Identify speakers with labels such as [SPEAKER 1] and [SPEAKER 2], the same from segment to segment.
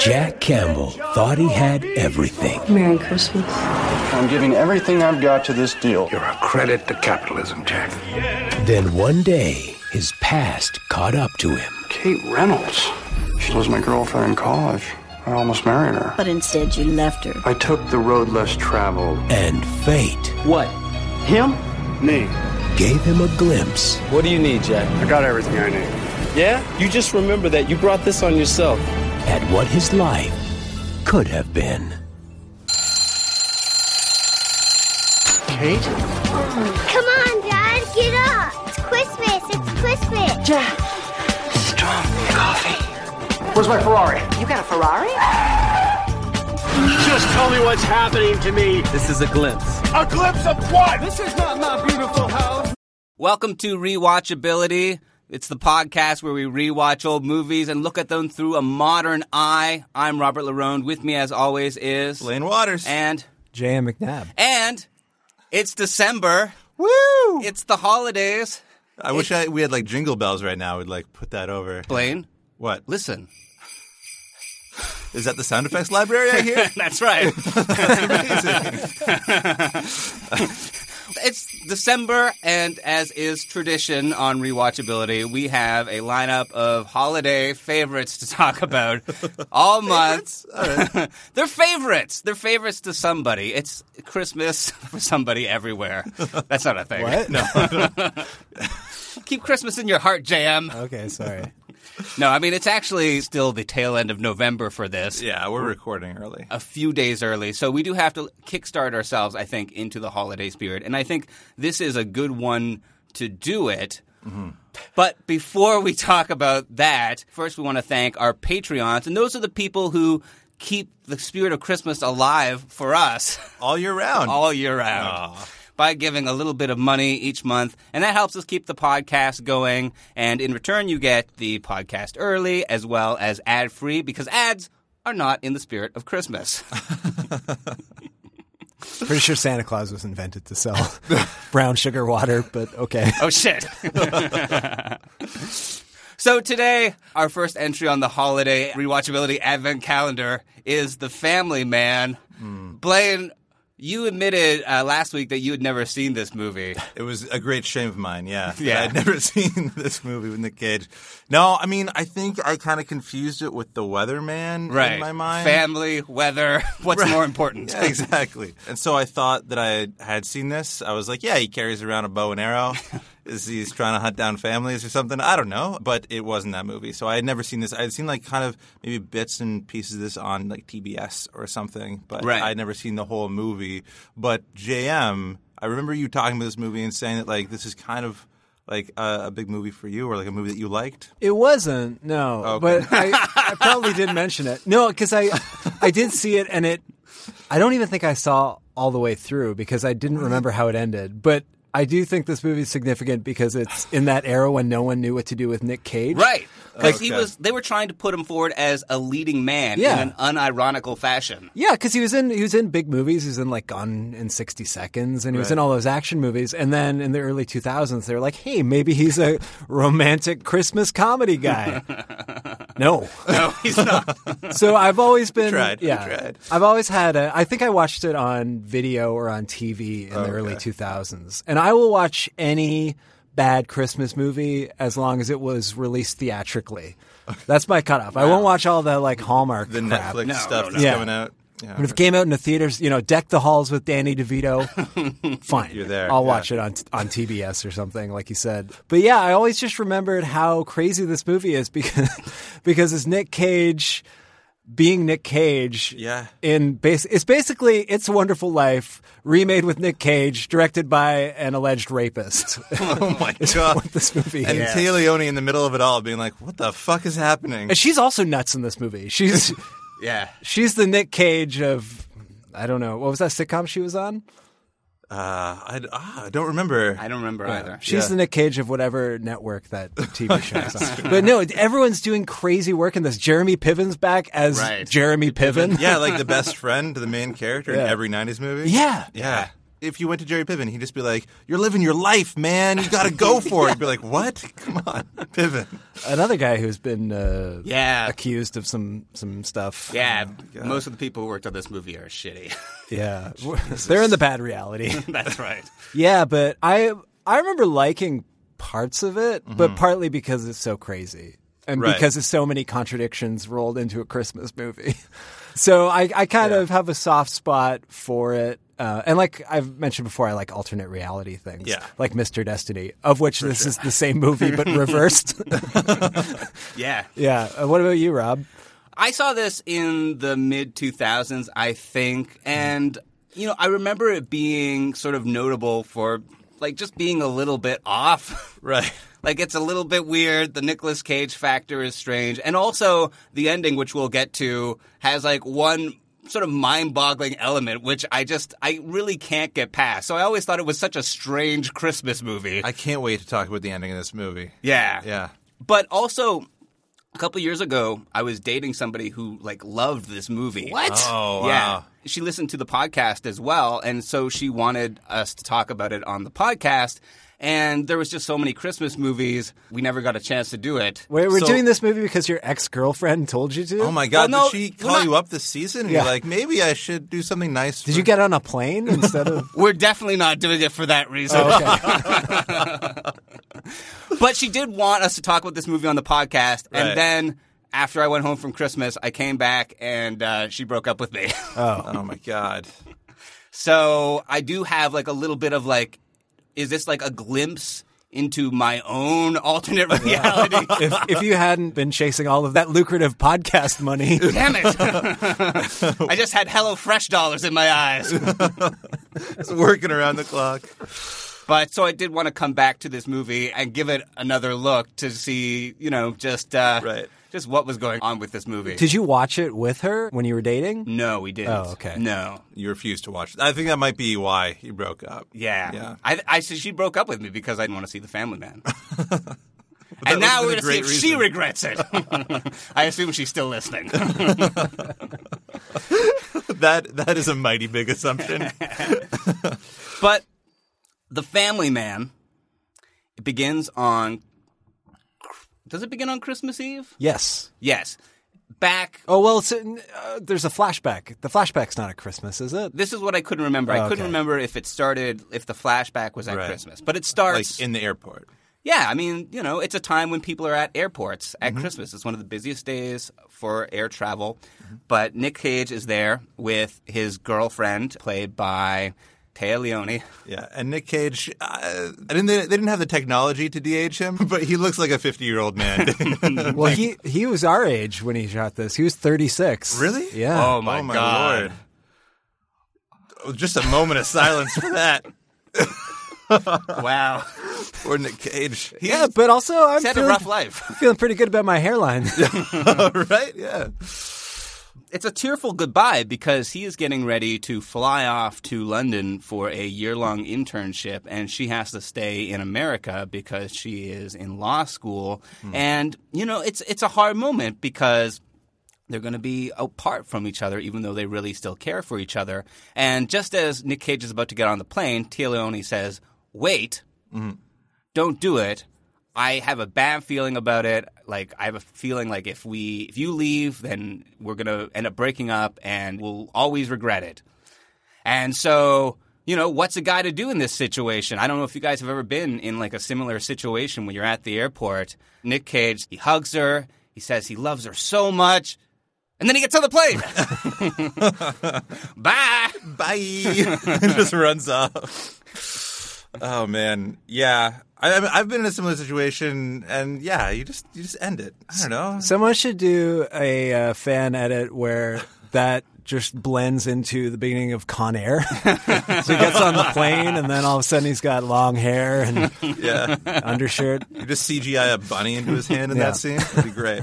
[SPEAKER 1] Jack Campbell thought he had everything.
[SPEAKER 2] Merry Christmas.
[SPEAKER 3] I'm giving everything I've got to this deal.
[SPEAKER 4] You're a credit to capitalism, Jack.
[SPEAKER 1] Then one day, his past caught up to him.
[SPEAKER 4] Kate Reynolds.
[SPEAKER 3] She was my girlfriend in college. I almost married her.
[SPEAKER 2] But instead, you left her.
[SPEAKER 3] I took the road less traveled.
[SPEAKER 1] And fate
[SPEAKER 5] What?
[SPEAKER 3] Him? Me.
[SPEAKER 1] gave him a glimpse
[SPEAKER 5] What do you need, Jack?
[SPEAKER 3] I got everything I need.
[SPEAKER 5] Yeah? You just remember that. You brought this on yourself.
[SPEAKER 1] at what his life could have been.
[SPEAKER 3] Kate?
[SPEAKER 6] Come on, Dad, get up. It's Christmas. It's Christmas.
[SPEAKER 3] Strong coffee. Where's my Ferrari?
[SPEAKER 7] You got a Ferrari?
[SPEAKER 3] Just tell me what's happening to me.
[SPEAKER 5] This is a glimpse.
[SPEAKER 3] A glimpse of what?
[SPEAKER 8] Welcome to Rewatchability. It's the podcast where we rewatch old movies and look at them through a modern eye. I'm Robert Larone. With me, as always, is
[SPEAKER 9] Lane Waters.
[SPEAKER 8] and
[SPEAKER 10] J.M. McNabb.
[SPEAKER 8] and it's December.
[SPEAKER 10] Woo!
[SPEAKER 8] It's the holidays.
[SPEAKER 9] I wish I, we had like jingle bells right now. We'd like put that over.
[SPEAKER 8] Blaine,
[SPEAKER 9] What
[SPEAKER 8] listen.
[SPEAKER 9] is that? The sound effects library I hear.
[SPEAKER 8] That's right. it's December, and as is tradition on rewatchability, we have a lineup of holiday favorites to talk about all month. They're favorites. They're favorites to somebody. It's Christmas for somebody everywhere. That's not a thing.
[SPEAKER 10] What? No.
[SPEAKER 8] Keep Christmas in your heart, JM.
[SPEAKER 10] okay, sorry.
[SPEAKER 8] No, I mean, it's actually still the tail end of November for this.
[SPEAKER 9] yeah, we're recording early.
[SPEAKER 8] a few days early. So we do have to kickstart ourselves, I think, into the holiday spirit. And I think this is a good one to do it. But before we talk about that, first we want to thank our Patreons. And those are the people who keep the spirit of Christmas alive for us
[SPEAKER 9] All year round.
[SPEAKER 8] all year round. By giving a little bit of money each month, and that helps us keep the podcast going. And in return, you get the podcast early as well as ad free because ads are not in the spirit of Christmas.
[SPEAKER 10] Pretty sure Santa Claus was invented to sell brown sugar water, but okay.
[SPEAKER 8] Oh shit. so today, our first entry on the holiday rewatchability advent calendar is The Family Man.
[SPEAKER 9] Hmm.
[SPEAKER 8] Blaine, you admitted uh, last week that you had never seen this movie.
[SPEAKER 9] It was a great shame of mine, yeah. that
[SPEAKER 8] Yeah.
[SPEAKER 9] I'd never seen this movie with Nick Cage. No, I mean, I think I kind of confused it with The Weatherman in my mind.
[SPEAKER 8] Family, weather, what's more important?
[SPEAKER 9] Yeah, exactly. And so I thought that I had seen this. I was like, yeah, he carries around a bow and arrow. Is he's trying to hunt down families or something? I don't know. But it wasn't that movie. So I had never seen this. I had seen like kind of maybe bits and pieces of this on like TBS or something, but
[SPEAKER 8] Right.
[SPEAKER 9] I had never seen the whole movie. But JM, I remember you talking about this movie and saying that like this is kind of like a, a big movie for you or like a movie that you liked.
[SPEAKER 10] It wasn't, no. But I, I probably did mention it. No, because I, I did see it, and it, I don't even think I saw all the way through because I didn't remember how it ended. But I do think this movie is significant because it's in that era when no one knew what to do with Nick Cage.
[SPEAKER 8] Right. Because he
[SPEAKER 9] Okay.
[SPEAKER 8] was they were trying to put him forward as a leading man
[SPEAKER 10] Yeah.
[SPEAKER 8] in an unironical fashion.
[SPEAKER 10] Yeah, because he was in he was in big movies. He was in like Gone in sixty seconds, and he was in all those action movies. And then in the early two thousands, they were like, "Hey, maybe he's a romantic Christmas comedy guy."
[SPEAKER 9] No.
[SPEAKER 8] No, he's not.
[SPEAKER 9] So I've always been.
[SPEAKER 1] tried. We
[SPEAKER 9] Yeah,
[SPEAKER 1] tried.
[SPEAKER 9] I've always had. A, I think I watched it on video or on TV in
[SPEAKER 1] Oh,
[SPEAKER 8] Uh,
[SPEAKER 9] the early 2000s, and I will watch any bad Christmas movie as long as it was released theatrically. That's my cutoff. I won't watch all the like Hallmark
[SPEAKER 1] The
[SPEAKER 9] crap.
[SPEAKER 1] Netflix
[SPEAKER 8] No,
[SPEAKER 1] stuff
[SPEAKER 8] no,
[SPEAKER 1] that's
[SPEAKER 9] no.
[SPEAKER 1] coming out.
[SPEAKER 9] But
[SPEAKER 1] Yeah.
[SPEAKER 9] if it came out in the theaters, you know, deck the halls with Danny DeVito, fine.
[SPEAKER 1] You're there,
[SPEAKER 9] I'll
[SPEAKER 1] yeah.
[SPEAKER 9] watch it on on TBS or something, like you said. But yeah, I always just remembered how crazy this movie is because because it's Nick Cage being Nick Cage.
[SPEAKER 1] Yeah.
[SPEAKER 9] In base, it's basically It's a Wonderful Life remade with Nick Cage, directed by an alleged rapist.
[SPEAKER 1] Oh my god!
[SPEAKER 9] what this movie
[SPEAKER 1] and
[SPEAKER 9] is.
[SPEAKER 1] Tia Leone in the middle of it all, being like, "What the fuck is happening?"
[SPEAKER 9] And she's also nuts in this movie. She's
[SPEAKER 8] yeah.
[SPEAKER 9] she's the Nick Cage of I don't know what was that sitcom she was on.
[SPEAKER 1] Uh, I, ah, I don't remember.
[SPEAKER 8] I don't remember either.
[SPEAKER 9] She's the Nick Cage of whatever network that TV show is on. But no, everyone's doing crazy work in this. Jeremy Piven's back as
[SPEAKER 8] Right.
[SPEAKER 9] Jeremy Piven.
[SPEAKER 1] yeah, like the best friend to the main character in every '90s movie.
[SPEAKER 9] Yeah.
[SPEAKER 1] yeah. If you went to Jerry Piven, he'd just be like, "You're living your life, man. You got to go for it." You'd be like, "What? Come on, Piven."
[SPEAKER 9] Another guy who's been uh,
[SPEAKER 8] Yeah.
[SPEAKER 9] accused of some some stuff.
[SPEAKER 8] Yeah, most of the people who worked on this movie are shitty.
[SPEAKER 9] Yeah. They're in the bad reality.
[SPEAKER 8] That's right.
[SPEAKER 9] yeah, but I I remember liking parts of it, but partly because it's so crazy. And
[SPEAKER 1] Mm-hmm. Right.
[SPEAKER 9] because it's so many contradictions rolled into a Christmas movie. So I, I kind of have a soft spot for it. Uh, and like I've mentioned before, I like alternate reality things.
[SPEAKER 1] Yeah.
[SPEAKER 9] Like Mr. Destiny, of which this is the same movie but reversed.
[SPEAKER 8] Yeah.
[SPEAKER 9] yeah. Uh, what about you, Rob?
[SPEAKER 8] I saw this in the mid 2000s, I think, and you know, I remember it being sort of notable for like just being a little bit off.
[SPEAKER 1] Right.
[SPEAKER 8] Like it's a little bit weird. The Nicolas Cage factor is strange, and also the ending, which we'll get to, has like one sort of mind-boggling element, which I just I really can't get past. So I always thought it was such a strange Christmas movie.
[SPEAKER 1] I can't wait to talk about the ending of this movie.
[SPEAKER 8] yeah,
[SPEAKER 1] Yeah.
[SPEAKER 8] But also, a couple years ago, I was dating somebody who like loved this movie. What?
[SPEAKER 1] Oh,
[SPEAKER 8] Yeah.
[SPEAKER 1] wow.
[SPEAKER 8] She listened to the podcast as well, and so she wanted us to talk about it on the podcast. And there was just so many Christmas movies, we never got a chance to do it.
[SPEAKER 9] We're, we're
[SPEAKER 1] So-
[SPEAKER 9] doing this movie because your ex girlfriend told you to?
[SPEAKER 1] Oh my God!
[SPEAKER 8] Well, no,
[SPEAKER 1] did she
[SPEAKER 8] we're
[SPEAKER 1] call
[SPEAKER 8] not-
[SPEAKER 1] you up this season? And
[SPEAKER 9] Yeah.
[SPEAKER 1] You're like, maybe I should do something nice.
[SPEAKER 9] Did
[SPEAKER 1] for-
[SPEAKER 9] you get on a plane instead of.
[SPEAKER 8] We're definitely not doing it for that reason.
[SPEAKER 9] Okay.
[SPEAKER 8] but she did want us to talk about this movie on the podcast,
[SPEAKER 1] Right.
[SPEAKER 8] and then. After I went home from Christmas, I came back and uh, she broke up with me.
[SPEAKER 1] Oh my God!
[SPEAKER 8] So I do have like a little bit of like, is this like a glimpse into my own alternate reality?
[SPEAKER 9] if, if you hadn't been chasing all of that lucrative podcast money.
[SPEAKER 8] Damn it! I just had Hello Fresh dollars in my eyes.
[SPEAKER 1] It's working around the clock.
[SPEAKER 8] But so I did want to come back to this movie and give it another look to see, you know, just uh,
[SPEAKER 1] Right.
[SPEAKER 8] just what was going on with this movie.
[SPEAKER 9] Did you watch it with her when you were dating?
[SPEAKER 8] no, we didn't.
[SPEAKER 9] Oh, okay.
[SPEAKER 8] No.
[SPEAKER 1] You refused to watch. it. I think that might be why you broke up.
[SPEAKER 8] Yeah.
[SPEAKER 1] Yeah.
[SPEAKER 8] I, I so she broke up with me because I didn't want to see The Family Man.
[SPEAKER 1] that
[SPEAKER 8] and now
[SPEAKER 1] wasn't
[SPEAKER 8] we're
[SPEAKER 1] a
[SPEAKER 8] going to see
[SPEAKER 1] great reason.
[SPEAKER 8] if she regrets it. I assume she's still listening.
[SPEAKER 1] That that is a mighty big assumption.
[SPEAKER 8] But the Family Man it begins on. Does it begin on Christmas Eve?
[SPEAKER 9] Yes.
[SPEAKER 8] Yes. Back.
[SPEAKER 9] Oh well, it's, uh, there's a flashback. The flashback's not at Christmas, is it?
[SPEAKER 8] This is what I couldn't remember. I couldn't
[SPEAKER 9] Okay.
[SPEAKER 8] remember if it started, if the flashback was at
[SPEAKER 1] Right.
[SPEAKER 8] Christmas. But it
[SPEAKER 1] like
[SPEAKER 8] starts.
[SPEAKER 1] in the airport.
[SPEAKER 8] yeah, I mean, you know, it's a time when people are at airports at
[SPEAKER 1] Mm-hmm.
[SPEAKER 8] Christmas. It's one of the busiest days for air travel. But Nick Cage is there with his girlfriend, played by Taya Leone.
[SPEAKER 1] Yeah, and Nick Cage, uh, I didn't. They didn't have the technology to DH him, but he looks like a fifty-year-old man.
[SPEAKER 9] Well, he he was our age when he shot this. He was 36.
[SPEAKER 1] really?
[SPEAKER 9] Yeah. Um,
[SPEAKER 8] Oh, my God.
[SPEAKER 1] lord! Oh, Just a moment of silence for that.
[SPEAKER 8] Wow.
[SPEAKER 1] Poor Nick Cage. He,
[SPEAKER 9] yeah, but also I'm
[SPEAKER 8] He's had a
[SPEAKER 9] feeling,
[SPEAKER 8] rough life.
[SPEAKER 9] feeling pretty good about my hairline.
[SPEAKER 1] right? Yeah.
[SPEAKER 8] it's a tearful goodbye because he is getting ready to fly off to London for a year long internship, and she has to stay in America because she is in law school.
[SPEAKER 1] Hmm.
[SPEAKER 8] And you know, it's it's a hard moment because they're going to be apart from each other, even though they really still care for each other. And just as Nick Cage is about to get on the plane, Tia Leone says, "Wait, don't do it. I have a bad feeling about it. Like I have a feeling like if we if you leave, then we're gonna end up breaking up, and we'll always regret it. And so, you know, what's a guy to do in this situation? I don't know if you guys have ever been in like a similar situation when you're at the airport. Nick Cage, he hugs her, he says he loves her so much, and then he gets on the plane. Bye.
[SPEAKER 1] Bye. and just runs off. Oh man, yeah. I, I mean, I've been in a similar situation, and yeah, you just you just end it. I don't know.
[SPEAKER 9] Someone should do a uh, fan edit where that just blends into the beginning of Con Air. so he gets on the plane, and then all of a sudden he's got long hair and
[SPEAKER 1] yeah,
[SPEAKER 9] undershirt.
[SPEAKER 1] you just CGI a bunny into his hand in
[SPEAKER 9] Yeah.
[SPEAKER 1] that scene. It'd be great.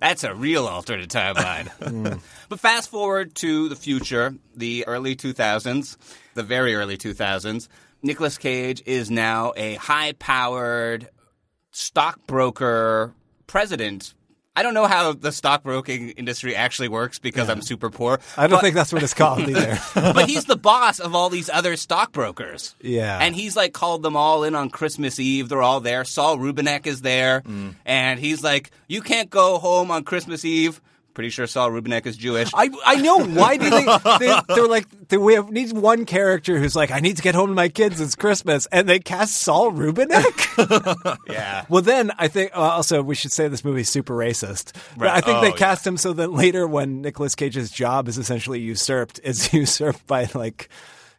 [SPEAKER 8] That's a real alternate timeline. but fast forward to the future, the early 2000s, the very early 2000s. Nicolas Cage is now a high powered stockbroker president. I don't know how the stockbroking industry actually works because I'm super poor.
[SPEAKER 9] I don't
[SPEAKER 8] but-
[SPEAKER 9] think that's what it's called either.
[SPEAKER 8] but he's the boss of all these other stockbrokers.
[SPEAKER 9] Yeah.
[SPEAKER 8] And he's like called them all in on Christmas Eve. They're all there. Saul Rubinek is there.
[SPEAKER 9] Mm.
[SPEAKER 8] And he's like, you can't go home on Christmas Eve. Pretty sure Saul Rubinek is Jewish.
[SPEAKER 9] I, I know. Why do they? they they're like they, we have needs one character who's like I need to get home to my kids. It's Christmas, and they cast Saul Rubinek.
[SPEAKER 8] yeah.
[SPEAKER 9] well, then I think uh, also we should say this movie's super racist. But
[SPEAKER 1] Right.
[SPEAKER 9] I think
[SPEAKER 1] Oh,
[SPEAKER 9] they
[SPEAKER 1] yeah.
[SPEAKER 9] cast him so that later, when Nicolas Cage's job is essentially usurped, it's usurped by like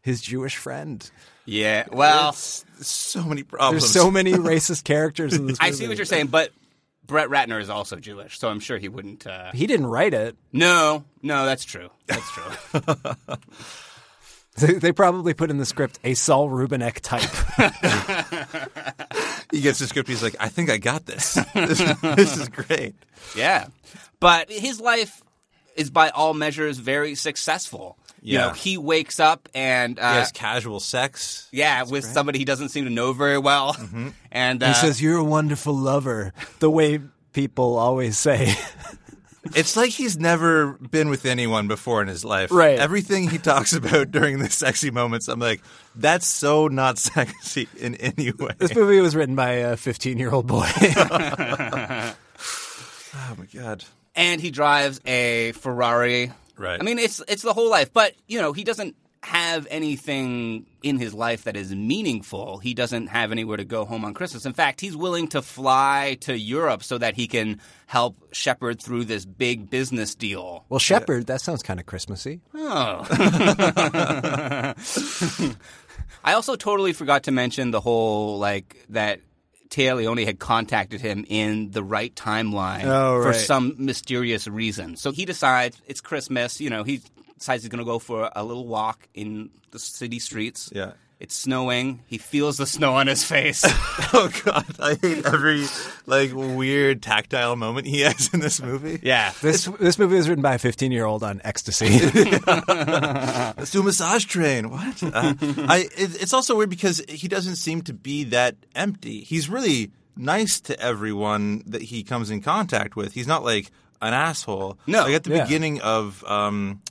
[SPEAKER 9] his Jewish friend.
[SPEAKER 8] Yeah. Well,
[SPEAKER 1] Oh, so many problems.
[SPEAKER 9] There's so many racist characters in this.
[SPEAKER 8] I see
[SPEAKER 9] movie.
[SPEAKER 8] what you're saying, but Brett Ratner is also Jewish, so I'm sure he wouldn't. Uh...
[SPEAKER 9] He didn't write it.
[SPEAKER 8] No, no, that's true. That's true.
[SPEAKER 9] They, they probably put in the script a Saul Rubinek type.
[SPEAKER 1] He gets the script. He's like, I think I got this. this, this is great.
[SPEAKER 8] Yeah. But his life is by all measures very successful. You
[SPEAKER 1] Yeah.
[SPEAKER 8] know, he wakes up and uh,
[SPEAKER 1] He has casual sex. Mm-hmm.
[SPEAKER 8] yeah, with somebody he doesn't seem to know very well. And uh,
[SPEAKER 9] he says, "You're a wonderful lover," the way people always say.
[SPEAKER 1] It's like he's never been with anyone before in his life.
[SPEAKER 9] Right.
[SPEAKER 1] Everything he talks about during the sexy moments, I'm like, that's so not sexy in any way.
[SPEAKER 9] This movie was written by a 15 year old boy.
[SPEAKER 1] Oh my god.
[SPEAKER 8] and he drives a Ferrari.
[SPEAKER 1] Right.
[SPEAKER 8] I mean, it's it's the whole life, but you know, he doesn't have anything in his life that is meaningful. He doesn't have anywhere to go home on Christmas. In fact, he's willing to fly to Europe so that he can help shepherd through this big business deal.
[SPEAKER 9] well, Shepherd, that sounds kind of Christmassy.
[SPEAKER 8] Oh. I also totally forgot to mention the whole like that Leone had contacted him in the right timeline
[SPEAKER 9] Oh,
[SPEAKER 8] for
[SPEAKER 9] right.
[SPEAKER 8] some mysterious reason. So he decides it's Christmas. You know, he decides he's going to go for a little walk in the city streets.
[SPEAKER 1] Yeah.
[SPEAKER 8] It's snowing. He feels the snow on his face.
[SPEAKER 1] Oh god. I hate every like weird tactile moment he has in this movie.
[SPEAKER 8] yeah.
[SPEAKER 9] This, this movie was written by a 15 year old on ecstasy.
[SPEAKER 1] Let's do a massage train. What? Uh, I. It, it's also weird because he doesn't seem to be that empty. He's really nice to everyone that he comes in contact with. He's not like an asshole.
[SPEAKER 8] No.
[SPEAKER 1] Like at the
[SPEAKER 9] Yeah.
[SPEAKER 1] beginning of. Um,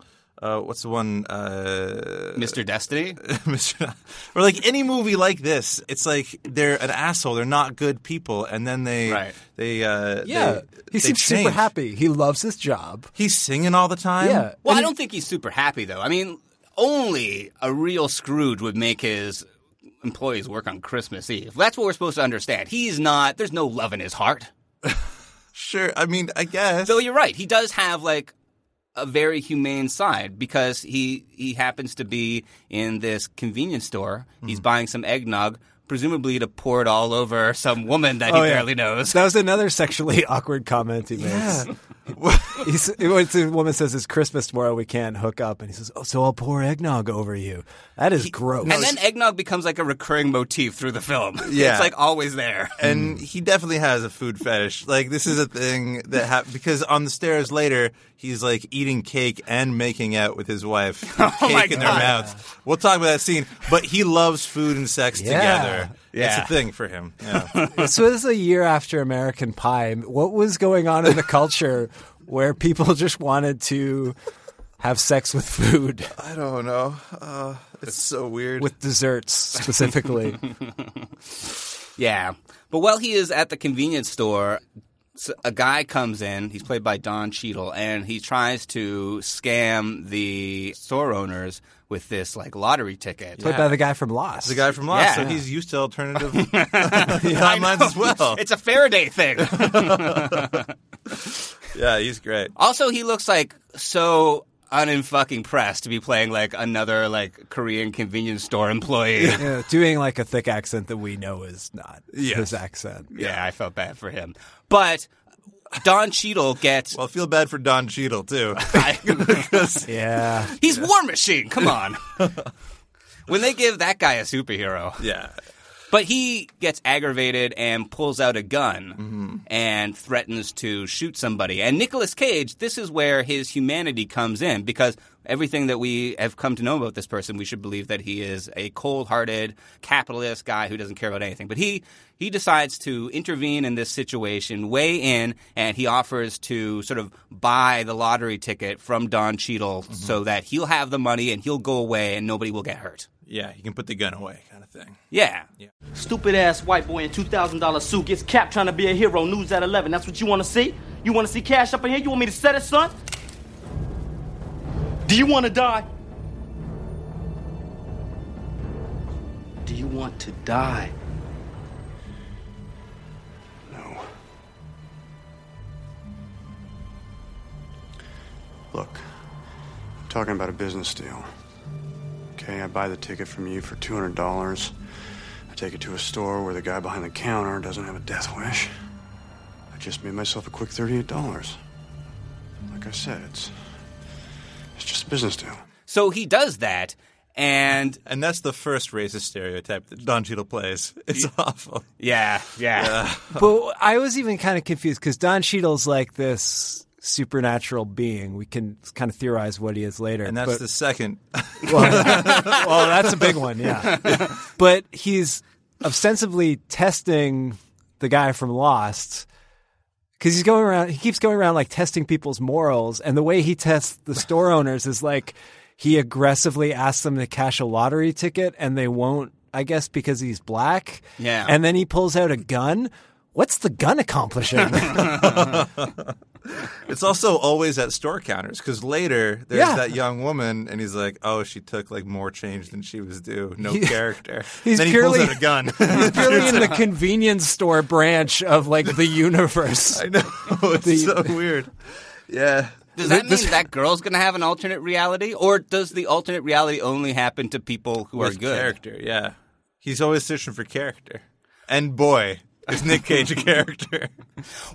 [SPEAKER 1] uh, what's the one? Uh,
[SPEAKER 8] Mr. Destiny?
[SPEAKER 1] Mr. or like any movie like this, it's like they're an asshole. They're not good people, and then they
[SPEAKER 8] Right.
[SPEAKER 1] they uh, they-
[SPEAKER 9] he
[SPEAKER 1] they
[SPEAKER 9] seems super
[SPEAKER 1] change.
[SPEAKER 9] happy. He loves his job.
[SPEAKER 1] He's singing all the time.
[SPEAKER 9] Yeah.
[SPEAKER 8] Well, I don't think he's super happy, though. I mean, only a real Scrooge would make his employees work on Christmas Eve. That's what we're supposed to understand. He's not, there's no love in his heart.
[SPEAKER 1] sure. I mean, I guess.
[SPEAKER 8] Though you're right, he does have like a very humane side because he he happens to be in this convenience store. He's
[SPEAKER 1] Mm-hmm.
[SPEAKER 8] buying some eggnog, presumably to pour it all over some woman that
[SPEAKER 1] Oh,
[SPEAKER 8] he
[SPEAKER 9] Oh, yeah.
[SPEAKER 8] barely knows.
[SPEAKER 9] That was another sexually awkward comment he makes. He's, when the woman says, It's Christmas tomorrow, we can't hook up. And he says, Oh, so I'll pour eggnog over you. That is gross.
[SPEAKER 8] and then eggnog becomes like a recurring motif through the film.
[SPEAKER 1] Yeah.
[SPEAKER 8] it's like always there.
[SPEAKER 1] and he definitely has a food fetish. Like this is a thing that happened because on the stairs later, he's like eating cake and making out with his wife, with cake
[SPEAKER 8] Oh my
[SPEAKER 1] in their
[SPEAKER 8] God.
[SPEAKER 1] mouths. We'll talk about that scene, but he loves food and sex
[SPEAKER 9] Yeah.
[SPEAKER 1] together.
[SPEAKER 8] Yeah.
[SPEAKER 1] It's a thing for him. Yeah.
[SPEAKER 9] this was a year after American Pie. What was going on in the culture where people just wanted to have sex with food?
[SPEAKER 1] I don't know. Uh, it's so weird.
[SPEAKER 9] with desserts specifically.
[SPEAKER 8] Yeah. But while he is at the convenience store, s- a guy comes in. He's played by Don Cheadle, and he tries to scam the store owners with this like lottery ticket.
[SPEAKER 9] Played by the guy from Lost.
[SPEAKER 1] The guy from Lost,
[SPEAKER 8] Yeah.
[SPEAKER 1] so he's used to alternative timelines as well.
[SPEAKER 8] It's a Faraday thing.
[SPEAKER 1] yeah, he's great.
[SPEAKER 8] also, he looks like so unfucking pressed to be playing like another like Korean convenience store employee. Yeah,
[SPEAKER 9] Yeah, doing like a thick accent that we know is not
[SPEAKER 1] Yes.
[SPEAKER 9] his accent.
[SPEAKER 8] I felt bad for him. But Don Cheadle gets
[SPEAKER 1] Well, I feel bad for Don Cheadle too.
[SPEAKER 9] Yeah.
[SPEAKER 8] He's War Machine. Come on. when they give that guy a superhero,
[SPEAKER 1] yeah,
[SPEAKER 8] but he gets aggravated and pulls out a gun and threatens to shoot somebody. And Nicolas Cage, this is where his humanity comes in because everything that we have come to know about this person, we should believe that he is a cold-hearted capitalist guy who doesn't care about anything. But he he decides to intervene in this situation, weigh in, and he offers to sort of buy the lottery ticket from Don Cheadle so that he'll have the money and he'll go away and nobody will get hurt.
[SPEAKER 1] yeah, he can put the gun away, kind of thing.
[SPEAKER 8] Yeah.
[SPEAKER 11] Stupid ass white boy in $2,000 suit gets capped trying to be a hero. News at 11. That's what you want to see? You want to see cash up in here? You want me to set it, son? Do you want to die? Do you want to die?
[SPEAKER 3] No. Look, I'm talking about a business deal. Okay, I buy the ticket from you for $200. I take it to a store where the guy behind the counter doesn't have a death wish. I just made myself a quick $38. Like I said, it's it's just a business deal.
[SPEAKER 8] So he does that, and
[SPEAKER 1] And that's the first racist stereotype that Don Cheadle plays. It's awful.
[SPEAKER 8] yeah, yeah,
[SPEAKER 9] But I was even kind of confused because Don Cheadle's like this supernatural being. We can kind of theorize what he is later.
[SPEAKER 1] And that's
[SPEAKER 9] but-
[SPEAKER 1] the second.
[SPEAKER 9] well, well, that's a big one, yeah. But he's ostensibly testing the guy from Lost because he's going around. He keeps going around like testing people's morals, and the way he tests the store owners is like he aggressively asks them to cash a lottery ticket, and they won't. I guess because he's black.
[SPEAKER 8] Yeah.
[SPEAKER 9] And then he pulls out a gun. What's the gun accomplishing?
[SPEAKER 1] It's also always at store counters because later there's
[SPEAKER 9] Yeah.
[SPEAKER 1] that young woman, and he's like, "Oh, she took like more change than she was due. No character."
[SPEAKER 9] he's
[SPEAKER 1] then he
[SPEAKER 9] purely-
[SPEAKER 1] pulls out a gun.
[SPEAKER 9] He's purely in the convenience store branch of like the universe.
[SPEAKER 1] I know. It's so weird. Yeah.
[SPEAKER 8] Does that mean that girl's going to have an alternate reality, or does the alternate reality only happen to people who are
[SPEAKER 1] With
[SPEAKER 8] good?
[SPEAKER 1] character, yeah. He's always searching for character. And boy, is Nick Cage a character.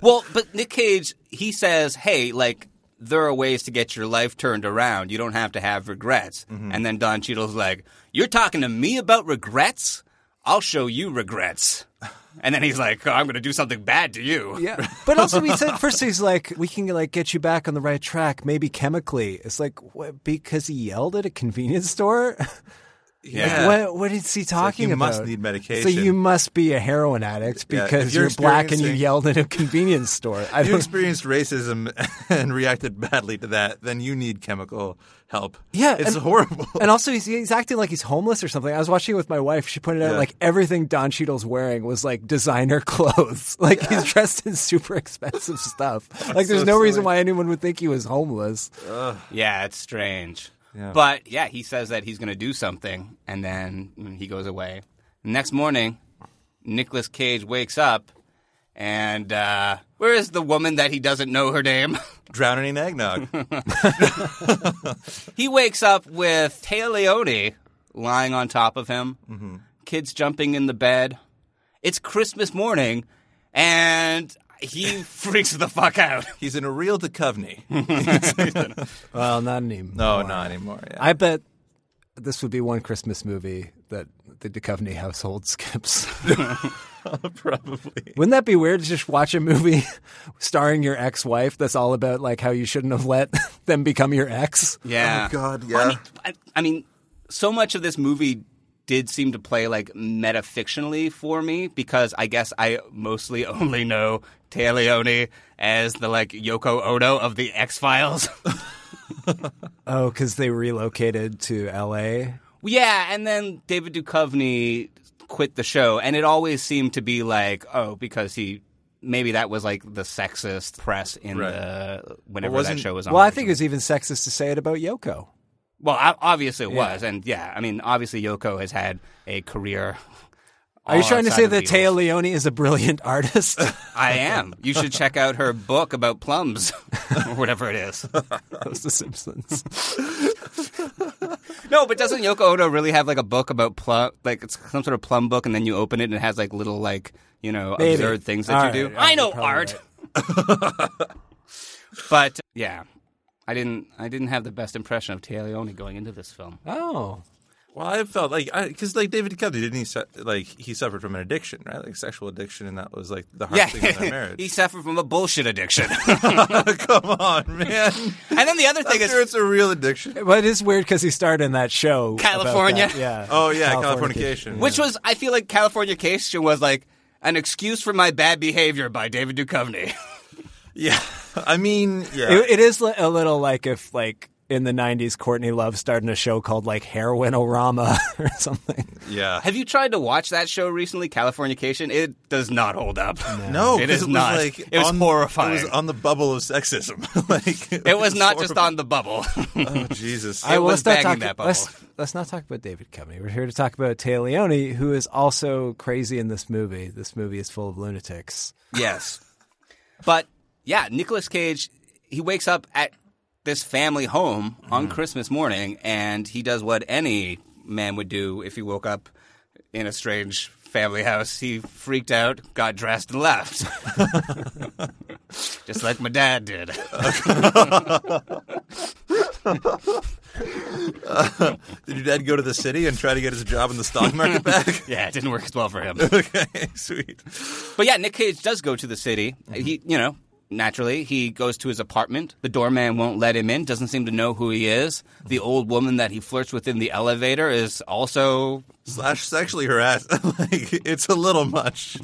[SPEAKER 8] Well, but Nick Cage, he says, "Hey, like." There are ways to get your life turned around. You don't have to have regrets.
[SPEAKER 1] Mm-hmm.
[SPEAKER 8] And then Don Cheadle's like, "You're talking to me about regrets? I'll show you regrets." And then he's like, "Oh, "I'm going to do something bad to you."
[SPEAKER 9] Yeah, but also he said first he's like, we can like get you back on the right track, maybe chemically. It's like what, because he yelled at a convenience store.
[SPEAKER 8] Yeah.
[SPEAKER 9] What, what is he talking
[SPEAKER 1] you
[SPEAKER 9] about?
[SPEAKER 1] must need
[SPEAKER 9] So
[SPEAKER 1] medication.
[SPEAKER 9] you must be a heroin addict
[SPEAKER 1] Yeah, if
[SPEAKER 9] because
[SPEAKER 1] you're
[SPEAKER 9] you're, black and you
[SPEAKER 1] experiencing-
[SPEAKER 9] yelled at a convenience store. I
[SPEAKER 1] If you
[SPEAKER 9] don't.
[SPEAKER 1] experienced racism and reacted badly to that, then you need chemical help.
[SPEAKER 9] Yeah,
[SPEAKER 1] It's
[SPEAKER 9] and-
[SPEAKER 1] horrible.
[SPEAKER 9] And also, he's, he's acting like he's homeless or something. I was watching it with my wife. She pointed out
[SPEAKER 1] Yeah.
[SPEAKER 9] like everything Don Cheadle's wearing was like designer clothes. Like he's dressed in super expensive stuff. Like there's
[SPEAKER 1] so
[SPEAKER 9] no reason
[SPEAKER 1] silly.
[SPEAKER 9] why anyone would think he was homeless.
[SPEAKER 8] Yeah, it's strange. But yeah, he says that he's going to do something, and then mm, he goes away. Next morning, Nicolas Cage wakes up, and uh, where is the woman that he doesn't know her name?
[SPEAKER 1] Drowning in eggnog.
[SPEAKER 8] he wakes up with Taya Leone lying on top of him,
[SPEAKER 1] Mm-hmm.
[SPEAKER 8] kids jumping in the bed. It's Christmas morning, and he freaks the fuck out.
[SPEAKER 1] He's in a real Duchovny.
[SPEAKER 9] Well, not anymore.
[SPEAKER 1] No, not anymore. Yeah.
[SPEAKER 9] I bet this would be one Christmas movie that the Duchovny household skips.
[SPEAKER 1] Probably.
[SPEAKER 9] Wouldn't that be weird to just watch a movie starring your ex-wife that's all about like how you shouldn't have let them become your ex?
[SPEAKER 8] Oh Yeah.
[SPEAKER 1] God,
[SPEAKER 8] Well,
[SPEAKER 1] yeah.
[SPEAKER 8] I mean, I, I mean, so much of this movie did seem to play like metafictionally for me because I guess I mostly only know Taya Leone as the like Yoko Ono of the X Files.
[SPEAKER 9] Oh, because they relocated to L.A.
[SPEAKER 8] yeah, and then David Duchovny quit the show, and it always seemed to be like, oh, because he. Maybe that was like the sexist press in
[SPEAKER 9] Right.
[SPEAKER 8] the whenever that
[SPEAKER 9] wasn't-
[SPEAKER 8] show was on.
[SPEAKER 9] Well, I think it was even sexist to say it about Yoko.
[SPEAKER 8] Well, o- obviously it
[SPEAKER 9] Yeah.
[SPEAKER 8] was, and yeah, I mean, obviously Yoko has had a career.
[SPEAKER 9] Are you
[SPEAKER 8] all
[SPEAKER 9] trying to
[SPEAKER 8] Oh, outside
[SPEAKER 9] say
[SPEAKER 8] of
[SPEAKER 9] that
[SPEAKER 8] the-
[SPEAKER 9] Taya Leone is a brilliant artist?
[SPEAKER 8] I am. You should check out her book about plums, or whatever it is.
[SPEAKER 9] that was The Simpsons.
[SPEAKER 8] No, but doesn't Yoko Ono really have like a book about plum, like it's some sort of plum book, and then you open it and it has like little like you know
[SPEAKER 9] Maybe.
[SPEAKER 8] absurd things that
[SPEAKER 9] All
[SPEAKER 8] you
[SPEAKER 9] right.
[SPEAKER 8] do.
[SPEAKER 9] Yeah,
[SPEAKER 8] I
[SPEAKER 9] you're
[SPEAKER 8] know
[SPEAKER 9] probably
[SPEAKER 8] art, but yeah, I didn't. I didn't have the best impression of Taya Leone going into this film.
[SPEAKER 9] Oh.
[SPEAKER 1] Well, I felt like because like David Duchovny didn't he su- like he suffered from an addiction, right? Like sexual addiction, and that was like the hard thing in their marriage.
[SPEAKER 8] he suffered from a bullshit addiction.
[SPEAKER 1] Come on, man.
[SPEAKER 8] And then the other thing
[SPEAKER 1] is, it's a real addiction.
[SPEAKER 9] Well, it is weird because he starred in that show. about
[SPEAKER 8] California.
[SPEAKER 9] that. Yeah.
[SPEAKER 1] Oh yeah,
[SPEAKER 9] Californication.
[SPEAKER 1] Californication.
[SPEAKER 8] Which was, I feel like California Cation was like an excuse for my bad behavior by David Duchovny.
[SPEAKER 1] yeah. I mean, yeah.
[SPEAKER 9] It, it is li- a little like if, like, in the 90s, Courtney Love starred in a show called, like, Heroinorama or something.
[SPEAKER 1] yeah.
[SPEAKER 8] Have you tried to watch that show recently, California Cation? It does not hold up.
[SPEAKER 1] No, 'cause
[SPEAKER 8] it is
[SPEAKER 1] was
[SPEAKER 8] not.
[SPEAKER 1] Like
[SPEAKER 8] it was
[SPEAKER 1] on-
[SPEAKER 8] horrifying.
[SPEAKER 1] It was on the bubble of sexism. like
[SPEAKER 8] It was not just
[SPEAKER 1] horrible.
[SPEAKER 8] on the bubble.
[SPEAKER 1] Oh Jesus!
[SPEAKER 9] All right, well,
[SPEAKER 8] was
[SPEAKER 9] let's
[SPEAKER 8] banging
[SPEAKER 9] not talk,
[SPEAKER 8] that bubble.
[SPEAKER 9] Let's, let's not talk about David Covey. We're here to talk about Taya Leone, who is also crazy in this movie. This movie is full of lunatics.
[SPEAKER 8] yes, but yeah, Nicolas Cage. He wakes up at this family home
[SPEAKER 1] Mm-hmm.
[SPEAKER 8] on Christmas morning, and he does what any man would do if he woke up in a strange family house. He freaked out, got dressed, and left, just like my dad did.
[SPEAKER 1] Did your dad go to the city and try to get his job in the stock market back?
[SPEAKER 8] yeah, it didn't work as well for him.
[SPEAKER 1] okay, sweet.
[SPEAKER 8] But yeah, Nick Cage does go to the city. He,
[SPEAKER 1] Mm-hmm.
[SPEAKER 8] you know, naturally, he goes to his apartment. The doorman won't let him in, doesn't seem to know who he is. The old woman that he flirts with in the elevator is also.
[SPEAKER 1] Slash sexually harassed. like it's a little much.